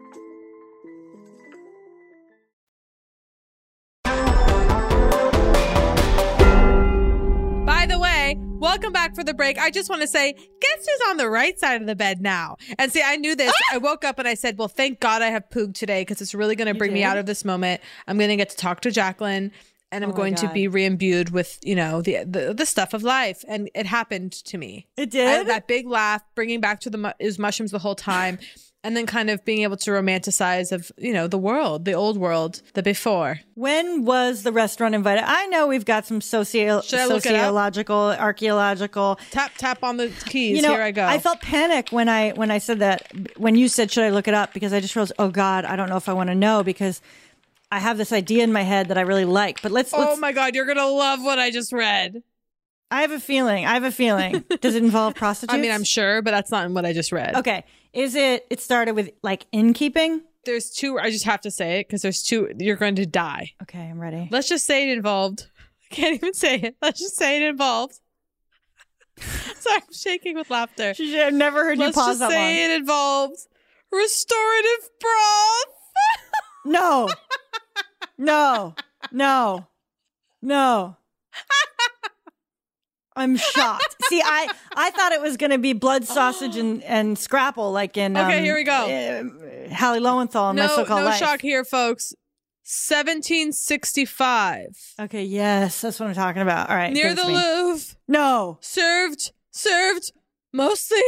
Speaker 1: By the way, welcome back for the break. I just want to say, guess who's on the right side of the bed now? And see, I knew this. I woke up and I said, well, thank God I have poog today because it's really going to bring me
Speaker 8: did?
Speaker 1: out of this moment. I'm going to get to talk to Jacqueline and I'm
Speaker 8: Oh my
Speaker 1: going to
Speaker 8: God.
Speaker 1: be re-imbued with, you know, the, the the stuff of life. And it happened to me.
Speaker 8: It
Speaker 1: I
Speaker 8: did?
Speaker 1: had that big laugh, bringing back to the mu- is mushrooms the whole time. And then kind of being able to romanticize of, you know, the world, the old world, the before.
Speaker 2: When was the restaurant invited? I know we've got some socio-
Speaker 1: Should I look it up?
Speaker 2: sociological, archaeological.
Speaker 1: Tap tap on the keys.
Speaker 2: You know,
Speaker 1: Here I go.
Speaker 2: I felt panic when I when I said that when you said should I look it up because I just realized oh god I don't know if I want to know because I have this idea in my head that I really like. But let's.
Speaker 1: oh
Speaker 2: let's
Speaker 1: my God, you're going to love what I just read.
Speaker 2: I have a feeling. I have a feeling. Does it involve prostitutes?
Speaker 1: I mean, I'm sure, but that's not what I just read.
Speaker 2: Okay. Is it? It started with like innkeeping.
Speaker 1: There's two. I just have to say it because there's two. You're going to die.
Speaker 2: Okay, I'm ready.
Speaker 1: Let's just say it involved. I can't even say it. Let's just say it involved. Sorry, I'm shaking with laughter.
Speaker 2: I've never heard you
Speaker 1: Let's
Speaker 2: pause
Speaker 1: just
Speaker 2: that
Speaker 1: say
Speaker 2: long.
Speaker 1: it involves restorative broth.
Speaker 2: No. No. No. No. I'm shocked. See, I I thought it was going to be blood sausage and, and scrapple like in
Speaker 1: Okay,
Speaker 2: um,
Speaker 1: here we go.
Speaker 2: uh, Hallie Lowenthal in
Speaker 1: no,
Speaker 2: my so-called
Speaker 1: no
Speaker 2: life.
Speaker 1: shock here, folks. 1765.
Speaker 2: Okay, yes, that's what I'm talking about. All right,
Speaker 1: near
Speaker 2: give it
Speaker 1: the
Speaker 2: to me.
Speaker 1: Louvre.
Speaker 2: No,
Speaker 1: served served mostly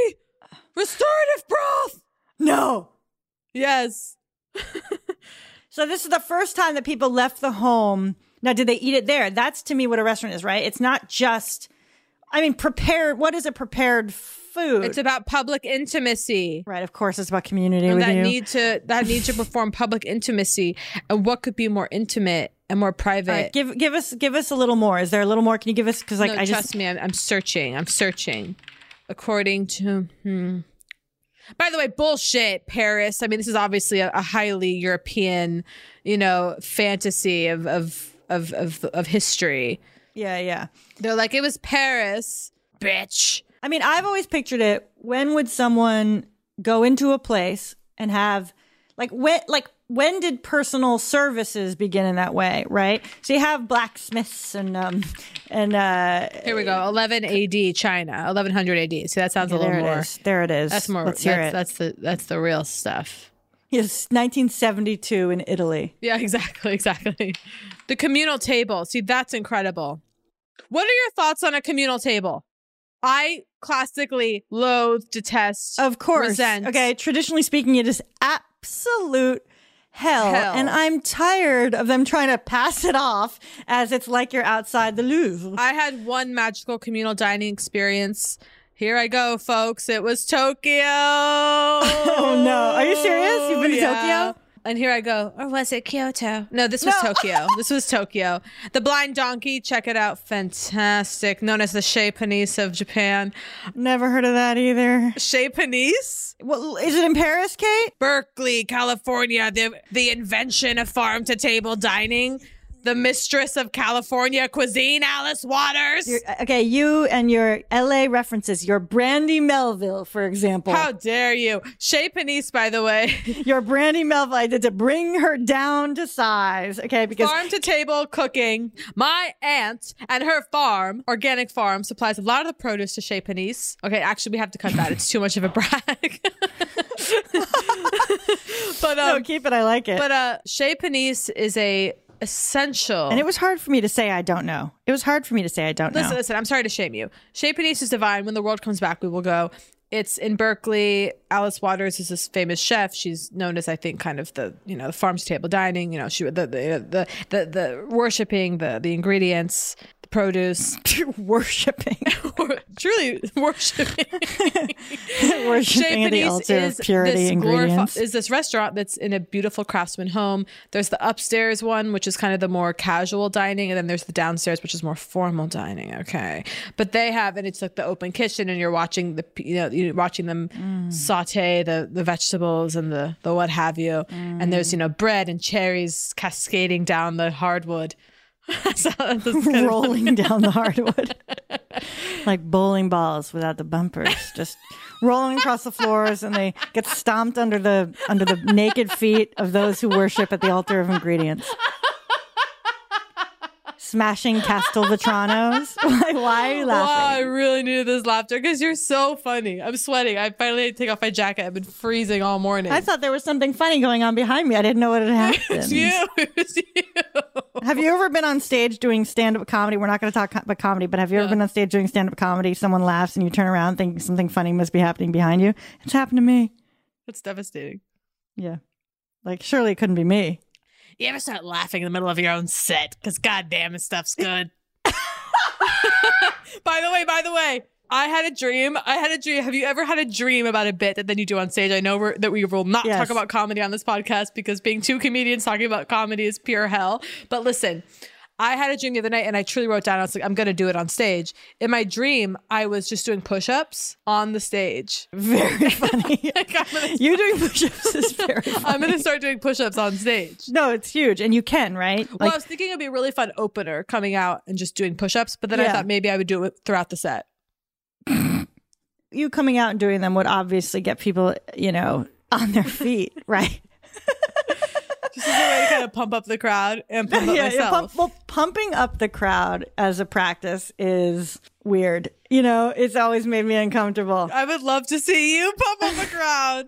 Speaker 1: restorative broth.
Speaker 2: No.
Speaker 1: Yes.
Speaker 2: so this is the first time that people left the home. Now, did they eat it there? That's to me what a restaurant is, right? It's not just, I mean, prepared. What is a prepared food?
Speaker 1: It's about public intimacy.
Speaker 2: Right, of course, it's about community
Speaker 1: And
Speaker 2: with
Speaker 1: that
Speaker 2: you.
Speaker 1: need to that need to perform public intimacy. And what could be more intimate and more private?
Speaker 2: All right, give give us give us a little more. Is there a little more? Can you give us? Because like
Speaker 1: no,
Speaker 2: I
Speaker 1: trust
Speaker 2: just
Speaker 1: me, I'm, I'm searching. I'm searching. According to, hmm. by the way, bullshit. Paris. I mean, this is obviously a, a highly European, you know, fantasy of of of of, of history.
Speaker 2: yeah yeah.
Speaker 1: They're like it was Paris, bitch.
Speaker 2: I mean, I've always pictured it. When would someone go into a place and have like when like when did personal services begin in that way? Right. So you have blacksmiths and um and uh
Speaker 1: Here we go. 11 AD China. 1100 AD. So that sounds
Speaker 2: Okay,
Speaker 1: a little
Speaker 2: there it
Speaker 1: more.
Speaker 2: is. There it is.
Speaker 1: That's more.
Speaker 2: Let's
Speaker 1: that's,
Speaker 2: hear it.
Speaker 1: that's the that's the real stuff.
Speaker 2: yes, 1972 in Italy.
Speaker 1: Yeah, exactly, exactly. The communal table. See, that's incredible. What are your thoughts on a communal table? I classically loathe, detest,
Speaker 2: Of course.
Speaker 1: resent.
Speaker 2: Okay. Traditionally speaking, it is absolute hell,
Speaker 9: Hell.
Speaker 2: and I'm tired of them trying to pass it off as it's like you're outside the Louvre.
Speaker 1: I had one magical communal dining experience. Here I go, folks. It was Tokyo. Oh
Speaker 2: no. Are you serious? You've been to Tokyo?
Speaker 1: And here I go. Or was it Kyoto? No, this was Tokyo. this was Tokyo. The Blind Donkey, check it out. Fantastic. Known as the Shea Panisse of Japan.
Speaker 2: Never heard of that either.
Speaker 1: Shea Panisse?
Speaker 2: Well, is it in Paris, Kate?
Speaker 1: Berkeley, California. The the invention of farm to table dining. The mistress of California cuisine, Alice Waters.
Speaker 2: You're- uh, okay, you and your LA references, your Brandy Melville, for example.
Speaker 1: How dare you? Shea Panisse, by the way.
Speaker 2: your Brandy Melville, I did to bring her down to size. Okay, because
Speaker 1: farm to table cooking. My aunt and her farm, organic farm, supplies a lot of the produce to Chez Panisse. Okay, actually, we have to cut that. It's too much of a brag. but um,
Speaker 2: no, keep it. I like it.
Speaker 1: But uh, Chez Panisse is a essential.
Speaker 2: and it was hard for me to say I don't know. It was hard for me to say I don't
Speaker 1: Listen,
Speaker 2: know.
Speaker 1: listen, I'm sorry to shame you. Chez Panisse is divine. When the world comes back, we will go. It's in Berkeley. Alice Waters is this famous chef. She's known as, I think, kind of the you know the farm to table dining. You know, she the the the the, the worshiping the the ingredients, the produce,
Speaker 2: worshiping,
Speaker 1: truly worshiping.
Speaker 2: Worshiping
Speaker 1: Chez
Speaker 2: at the
Speaker 1: Panisse
Speaker 2: altar of
Speaker 1: is
Speaker 2: purity
Speaker 1: this glorifi-
Speaker 2: ingredients.
Speaker 1: is this restaurant that's in a beautiful craftsman home. There's the upstairs one, which is kind of the more casual dining, and then there's the downstairs, which is more formal dining. Okay, but they have, and it's like the open kitchen, and you're watching the you know you're watching them
Speaker 2: Mm.
Speaker 1: saute the the vegetables and the the what have you, and there's
Speaker 2: Mm.
Speaker 1: you know bread and cherries cascading down the hardwood. so, that's kind of-
Speaker 2: rolling down the hardwood like bowling balls without the bumpers just rolling across the floors and they get stomped under the under the naked feet of those who worship at the altar of ingredients smashing castelvetranos why, why are you
Speaker 1: Wow, I
Speaker 2: laughing
Speaker 1: really needed this laughter because you're so funny. I'm sweating. I finally had to take off my jacket. I've been freezing all morning.
Speaker 2: i thought there was something funny going on behind me i didn't know what had happened
Speaker 1: it's you.
Speaker 2: Have you ever been on stage doing stand up comedy? We're not going to talk co- about comedy, but have you ever been on stage doing stand up comedy? Someone laughs and you turn around thinking something funny must be happening behind you. It's happened to me.
Speaker 1: It's devastating.
Speaker 2: Yeah. Like, surely it couldn't be me.
Speaker 1: You ever start laughing in the middle of your own set? Because goddamn, this stuff's good. by the way, by the way, I had a dream. I had a dream. Have you ever had a dream about a bit that then you do on stage? I know we're, that we will not
Speaker 2: Yes.
Speaker 1: talk about comedy on this podcast because being two comedians talking about comedy is pure hell. But listen, I had a dream the other night and I truly wrote down, I was like, I'm going to do it on stage. In my dream, I was just doing push ups on the stage.
Speaker 2: Very funny. You're doing push ups is very
Speaker 1: I'm going to start doing push ups on stage.
Speaker 2: No, it's huge. And you can, right?
Speaker 1: well, I
Speaker 2: Like,
Speaker 1: was thinking it'd be a really fun opener coming out and just doing push ups, but then I
Speaker 2: Yeah.
Speaker 1: thought maybe I would do it throughout the set.
Speaker 2: you coming out and doing them would obviously get people, you know, on their feet, right?
Speaker 1: Just as a way to kind of pump up the crowd and pump up
Speaker 2: yeah, yeah,
Speaker 1: myself.
Speaker 2: pump- well, pumping up the crowd as a practice is weird. You know, it's always made me uncomfortable.
Speaker 1: I would love to see you pump up the crowd.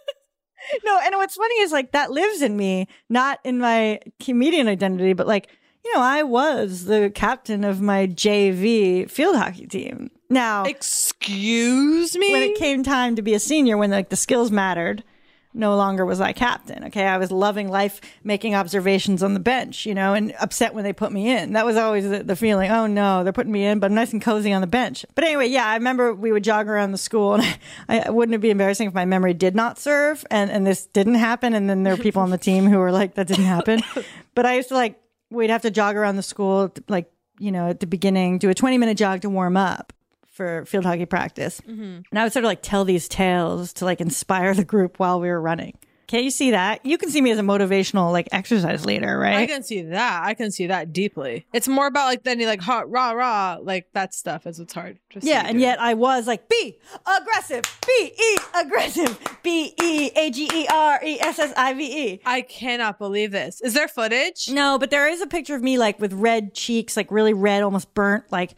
Speaker 2: no, and what's funny is like that lives in me, not in my comedian identity, but like, you know, I was the captain of my JV field hockey team. Now,
Speaker 1: excuse me?
Speaker 2: When it came time to be a senior, when like the skills mattered, no longer was I captain. Okay. I was loving life, making observations on the bench, you know, and upset when they put me in. That was always the, the feeling. Oh no, they're putting me in, but I'm nice and cozy on the bench. But anyway, yeah, I remember we would jog around the school and I, I wouldn't it be embarrassing if my memory did not serve and, and this didn't happen. And then there were people on the team who were like, that didn't happen. But I used to like, we'd have to jog around the school, like, you know, at the beginning, do a 20 minute jog to warm up for field hockey practice.
Speaker 10: Mm-hmm.
Speaker 1: Mm-hmm.
Speaker 2: And I would sort of like tell these tales to like inspire the group while we were running. Can't you see that? You can see me as a motivational like exercise leader, right?
Speaker 1: I can see that. I can see that deeply. It's more about like then you like hot rah rah like that stuff is what's hard. Just so
Speaker 2: yeah,
Speaker 1: you
Speaker 2: and
Speaker 1: do.
Speaker 2: yet I was like be aggressive, B E aggressive, B E A G E R E S S I V E.
Speaker 1: I cannot believe this. Is there footage?
Speaker 2: No, but there is a picture of me like with red cheeks, like really red, almost burnt, like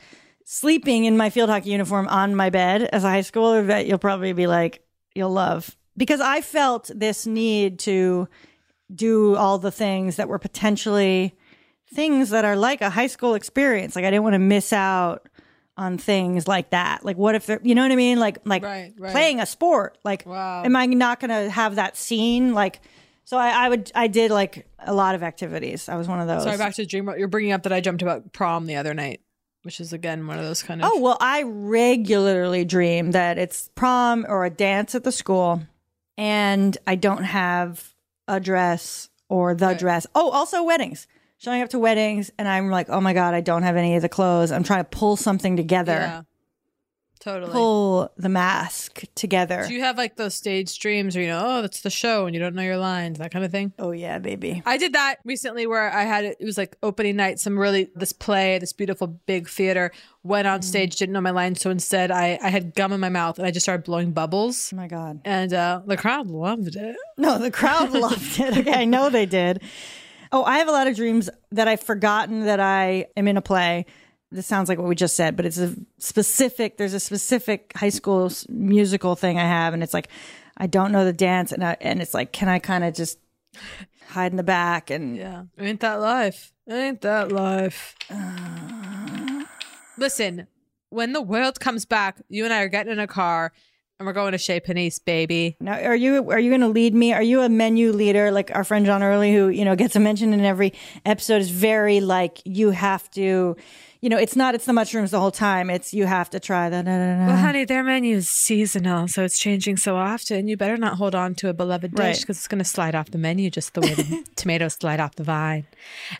Speaker 2: sleeping in my field hockey uniform on my bed as a high schooler that you'll probably be like, you'll love. Because I felt this need to do all the things that were potentially things that are like a high school experience. Like I didn't want to miss out on things like that. Like what if they're you know what I mean? Like like
Speaker 1: Right, right.
Speaker 2: playing a sport. Like
Speaker 1: Wow.
Speaker 2: am I not gonna have that scene like So I, I would I did like a lot of activities. I was one of those.
Speaker 1: Sorry, back to the dream. You're bringing up that I dreamt about prom the other night, which is again one of those kind of.
Speaker 2: Oh well, I regularly dream that it's prom or a dance at the school, and I don't have a dress or the dress. Oh, also weddings. Showing up to weddings, and I'm like, oh my god, I don't have any of the clothes. I'm trying to pull something together,
Speaker 1: Yeah, totally.
Speaker 2: pull the mask together.
Speaker 1: Do you have like those stage dreams where you know, oh, that's the show and you don't know your lines, that kind of thing?
Speaker 2: Oh yeah, baby.
Speaker 1: I did that recently where I had it was like opening night, some really this play, this beautiful big theater, went
Speaker 2: Mm.
Speaker 1: on stage, didn't know my lines, so instead I, I had gum in my mouth and I just started blowing bubbles.
Speaker 2: Oh my god.
Speaker 1: And uh the crowd loved it.
Speaker 2: No, the crowd loved it. Okay, I know they did. Oh, I have a lot of dreams that I've forgotten that I am in a play. This sounds like what we just said, but it's a specific, there's a specific high school s- musical thing I have. And it's like, I don't know the dance. And, I, and it's like, can I kind of just hide in the back? And
Speaker 1: yeah, Ain't that life? Ain't that life? Listen, when the world comes back, you and I are getting in a car and we're going to Chez Panisse, baby.
Speaker 2: Now, are you are you going to lead me? Are you a menu leader like our friend John Early, who you know gets a mention in every episode? Is very like you have to, you know, it's not it's the mushrooms the whole time. It's you have to try that.
Speaker 1: Well, honey, their menu is seasonal, so it's changing so often. You better not hold on to a beloved dish
Speaker 2: Right.
Speaker 1: because it's going to slide off the menu just the way the tomatoes slide off the vine.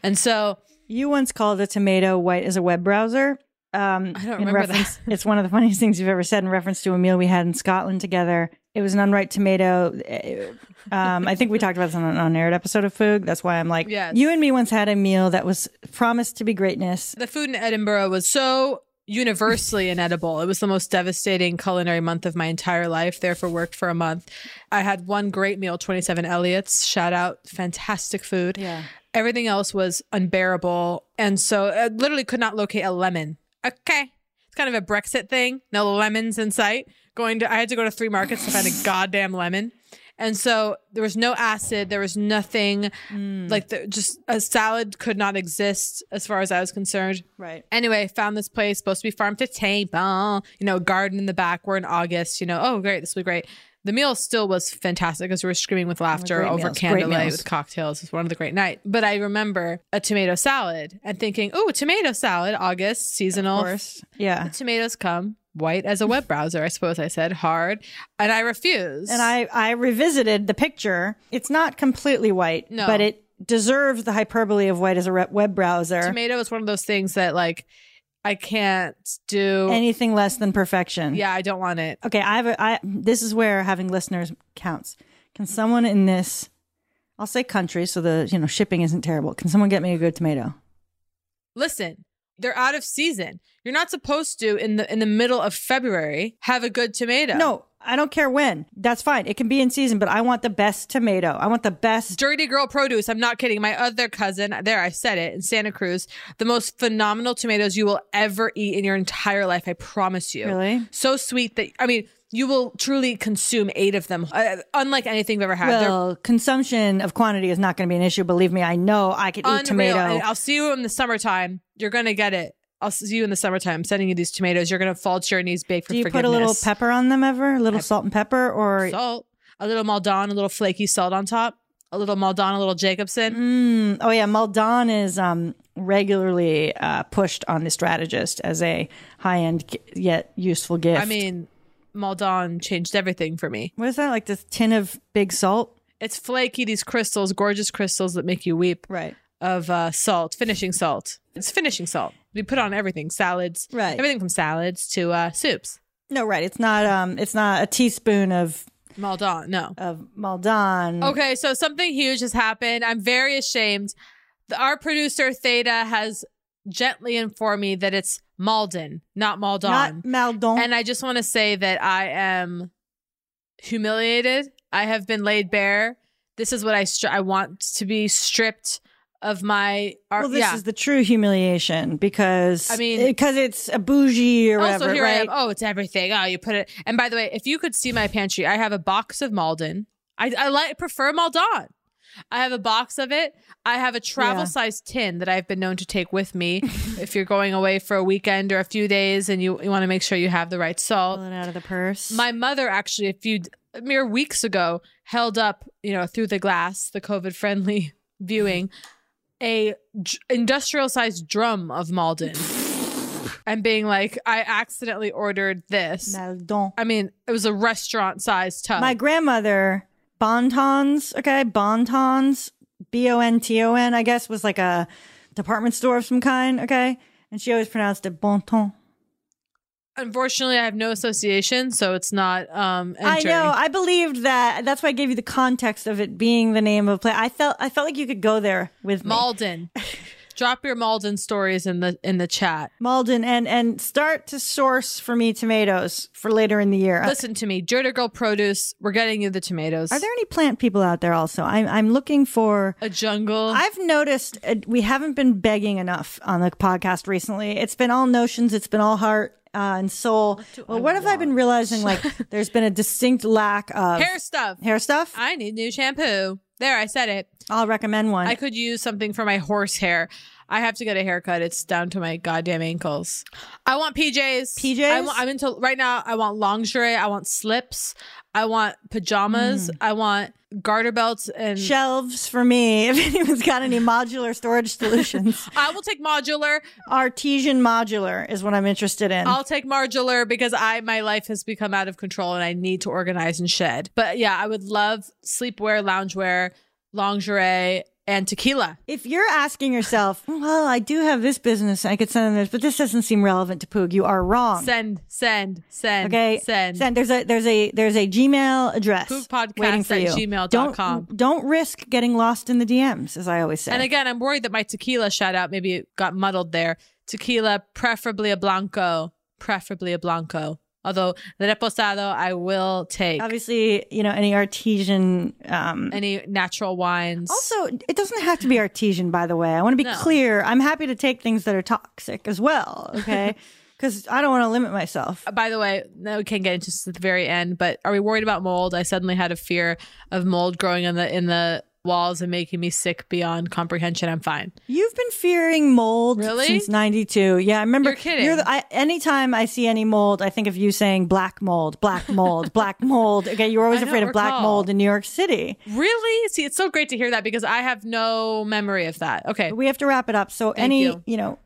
Speaker 1: And so
Speaker 2: you once called a tomato white as a web browser. Um, I
Speaker 1: don't remember that.
Speaker 2: it's one of the funniest things you've ever said in reference to a meal we had in Scotland together. It was an unripe tomato. Eh, Um, I think we talked about this on an unaired episode of Food. That's why I'm like,
Speaker 1: Yes.
Speaker 2: you and me once had a meal that was promised to be greatness.
Speaker 1: the food in Edinburgh was so universally inedible. It was the most devastating culinary month of my entire life. Therefore, worked for a month. I had one great meal, 27 Elliott's, shout out, fantastic food.
Speaker 2: Yeah.
Speaker 1: Everything else was unbearable. And so I literally could not locate a lemon. Okay. It's kind of a Brexit thing. No lemons in sight. Going to I had to go to three markets to find a goddamn lemon. And so there was no acid, there was nothing like the, just a salad could not exist as far as I was concerned.
Speaker 2: Right.
Speaker 1: Anyway, found this place supposed to be farm to table, you know, garden in the back. We're in August, you know. Oh, great, this will be great. The meal still was fantastic because we were screaming with laughter
Speaker 2: Oh, great
Speaker 1: over
Speaker 2: meals, great
Speaker 1: candlelight
Speaker 2: meals.
Speaker 1: with cocktails. It was one of the great nights. But I remember a tomato salad and thinking, oh, tomato salad, August, seasonal. Of course.
Speaker 2: Yeah.
Speaker 1: The tomatoes come white as a web browser, I suppose I said, hard. And I refused.
Speaker 2: And I, I revisited the picture. It's not completely white,
Speaker 1: No.
Speaker 2: but it deserves the hyperbole of white as a re- web browser.
Speaker 1: tomato is one of those things that like I can't do
Speaker 2: Anything less than perfection.
Speaker 1: Yeah, I don't want it.
Speaker 2: Okay, I have a, I, this is where having listeners counts. Can someone in this, I'll say country, so the you know shipping isn't terrible. Can someone get me a good tomato?
Speaker 1: Listen, they're out of season. You're not supposed to in the in the middle of February have a good tomato.
Speaker 2: No, I don't care when. That's fine. It can be in season, but I want the best tomato. I want the best.
Speaker 1: Dirty Girl Produce. I'm not kidding. My other cousin, there, I said it in Santa Cruz, the most phenomenal tomatoes you will ever eat in your entire life. I promise you.
Speaker 2: Really?
Speaker 1: So sweet that, I mean, you will truly consume eight of them, uh, unlike anything you've ever had. They're
Speaker 2: Well, consumption of quantity is not going to be an issue. Believe me, I know I can eat
Speaker 1: unreal.
Speaker 2: tomato.
Speaker 1: And I'll see you in the summertime. You're going to get it. I'll see you in the summertime. I'm sending you these tomatoes. You're going to fall to your knees, beg for
Speaker 2: Do you put
Speaker 1: forgiveness.
Speaker 2: a little pepper on them ever? A little salt and pepper, or
Speaker 1: salt, a little Maldon, a little flaky salt on top, a little Maldon, a little Jacobson.
Speaker 2: Mm, oh yeah, Maldon is um, regularly uh, pushed on the strategist as a high-end g- yet useful gift.
Speaker 1: I mean, Maldon changed everything for me.
Speaker 2: what is that like? This tin of big salt.
Speaker 1: It's flaky, these crystals, gorgeous crystals that make you weep.
Speaker 2: Right.
Speaker 1: Of uh, salt, finishing salt. It's finishing salt. We put on everything, salads,
Speaker 2: Right.
Speaker 1: Everything from salads to uh, soups.
Speaker 2: No, right. It's not. Um, it's not a teaspoon of
Speaker 1: Maldon, no.
Speaker 2: of Maldon.
Speaker 1: Okay, so something huge has happened. I'm very ashamed. The, our producer Theta has gently informed me that it's Malden, not Maldon.
Speaker 2: Not Maldon.
Speaker 1: And I just want to say that I am humiliated. I have been laid bare. This is what I stri- I want to be stripped of my art.
Speaker 2: Well, this
Speaker 1: yeah.
Speaker 2: is the true humiliation because
Speaker 1: I
Speaker 2: I
Speaker 1: mean-
Speaker 2: mean because it's a bougie or
Speaker 1: also,
Speaker 2: whatever,
Speaker 1: here I
Speaker 2: right?
Speaker 1: am. Oh, it's everything. Oh, you put it. And by the way, if you could see my pantry, I have a box of Malden. I, I like prefer Maldon. I have a box of it. I have a travel sized tin that I've been known to take with me if you're going away for a weekend or a few days and you, you want to make sure you have the right salt.
Speaker 2: Pull it out of the purse.
Speaker 1: My mother actually, a few mere weeks ago held up, you know, through the glass, the COVID friendly viewing, a j- industrial sized drum of Malden. And being like, I accidentally ordered this.
Speaker 2: Maldon.
Speaker 1: I mean, it was a restaurant sized tub.
Speaker 2: My grandmother, Bontons, okay, Bontons, B O N T O N, I guess, was like a department store of some kind, okay? And she always pronounced it Bonton.
Speaker 1: Unfortunately, I have no association, so it's not. Um,
Speaker 2: I know.
Speaker 1: entering.
Speaker 2: I believed that. Uh, That's why I gave you the context of it being the name of a place. I felt. I felt like you could go there with me.
Speaker 1: Malden. Drop your Malden stories in the in the chat.
Speaker 2: Malden, and and start to source for me tomatoes for later in the year.
Speaker 1: Listen to me, Dirty Girl Produce. We're getting you the tomatoes.
Speaker 2: Are there any plant people out there? Also, I'm I'm looking for
Speaker 1: a jungle.
Speaker 2: I've noticed uh, we haven't been begging enough on the podcast recently. It's been all notions. It's been all heart. Uh, and soul. well, what have I been realizing? Like, there's been a distinct lack of
Speaker 1: hair stuff?
Speaker 2: Hair stuff.
Speaker 1: I need new shampoo. There, I said it.
Speaker 2: I'll recommend one.
Speaker 1: I could use something for my horse hair. I have to get a haircut. It's down to my goddamn ankles. I want PJs.
Speaker 2: PJs?
Speaker 1: I want, I'm into right now. I want lingerie. I want slips. I want
Speaker 2: Mm.
Speaker 1: pajamas. I want garter belts and
Speaker 2: shelves for me. If anyone's got any modular storage solutions,
Speaker 1: I will take modular.
Speaker 2: Artesian modular is what I'm interested in.
Speaker 1: I'll take modular because I my life has become out of control and I need to organize and shed. But yeah, I would love sleepwear, loungewear, lingerie, and tequila.
Speaker 2: if you're asking yourself, well, I do have this business, I could send them this, but this doesn't seem relevant to Poog. You are wrong.
Speaker 1: Send, send, send.
Speaker 2: okay,
Speaker 1: send.
Speaker 2: There's a there's a there's a Gmail address.
Speaker 1: Poogpodcast
Speaker 2: waiting for
Speaker 1: at
Speaker 2: you.
Speaker 1: gmail.com.
Speaker 2: Don't don't risk getting lost in the DMs, as I always say.
Speaker 1: And again, I'm worried that my tequila shout out maybe it got muddled there. Tequila, preferably a blanco, preferably a blanco. Although the reposado, I will take
Speaker 2: Obviously, you know any artesian. Um,
Speaker 1: any natural wines.
Speaker 2: also, it doesn't have to be artesian, by the way. I want to be
Speaker 1: No.
Speaker 2: clear. I'm happy to take things that are toxic as well. Okay, because I don't want to limit myself.
Speaker 1: By the way, no, we can't get into this at the very end, but are we worried about mold? I suddenly had a fear of mold growing in the in the walls and making me sick beyond comprehension. I'm fine.
Speaker 2: You've been fearing mold
Speaker 1: Really?
Speaker 2: since '92. Yeah, I remember.
Speaker 1: You're kidding.
Speaker 2: the- I, anytime I see any mold, I think of you saying black mold, black mold, black mold. Okay, you were always
Speaker 1: I don't
Speaker 2: afraid of black
Speaker 1: recall.
Speaker 2: mold in New York City.
Speaker 1: Really? See, it's so great to hear that because I have no memory of that. Okay.
Speaker 2: We have to wrap it up. So,
Speaker 1: Thank
Speaker 2: any
Speaker 1: you.
Speaker 2: you, know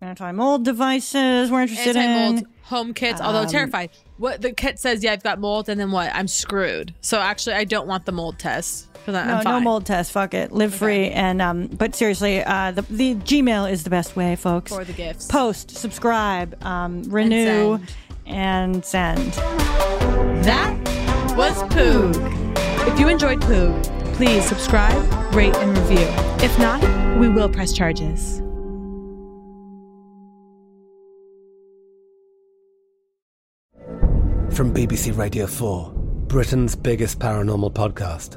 Speaker 2: anti-mold devices we're interested
Speaker 1: Anti-mold
Speaker 2: in.
Speaker 1: home kits, although
Speaker 2: Um,
Speaker 1: terrified. What the kit says, yeah, I've got mold, and then what? I'm screwed. So actually, I don't want the mold test because Uh, I'm
Speaker 2: no,
Speaker 1: fine.
Speaker 2: no mold test. Fuck it. Live free. And um, but seriously, uh, the the Gmail is the best way, folks.
Speaker 1: For the gifts.
Speaker 2: Post, subscribe, um, renew, and send.
Speaker 1: That was Poog. If you enjoyed Poog, please subscribe, rate, and review. If not, we will press charges.
Speaker 11: From BBC Radio 4, Britain's biggest paranormal podcast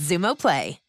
Speaker 12: Zumo Play.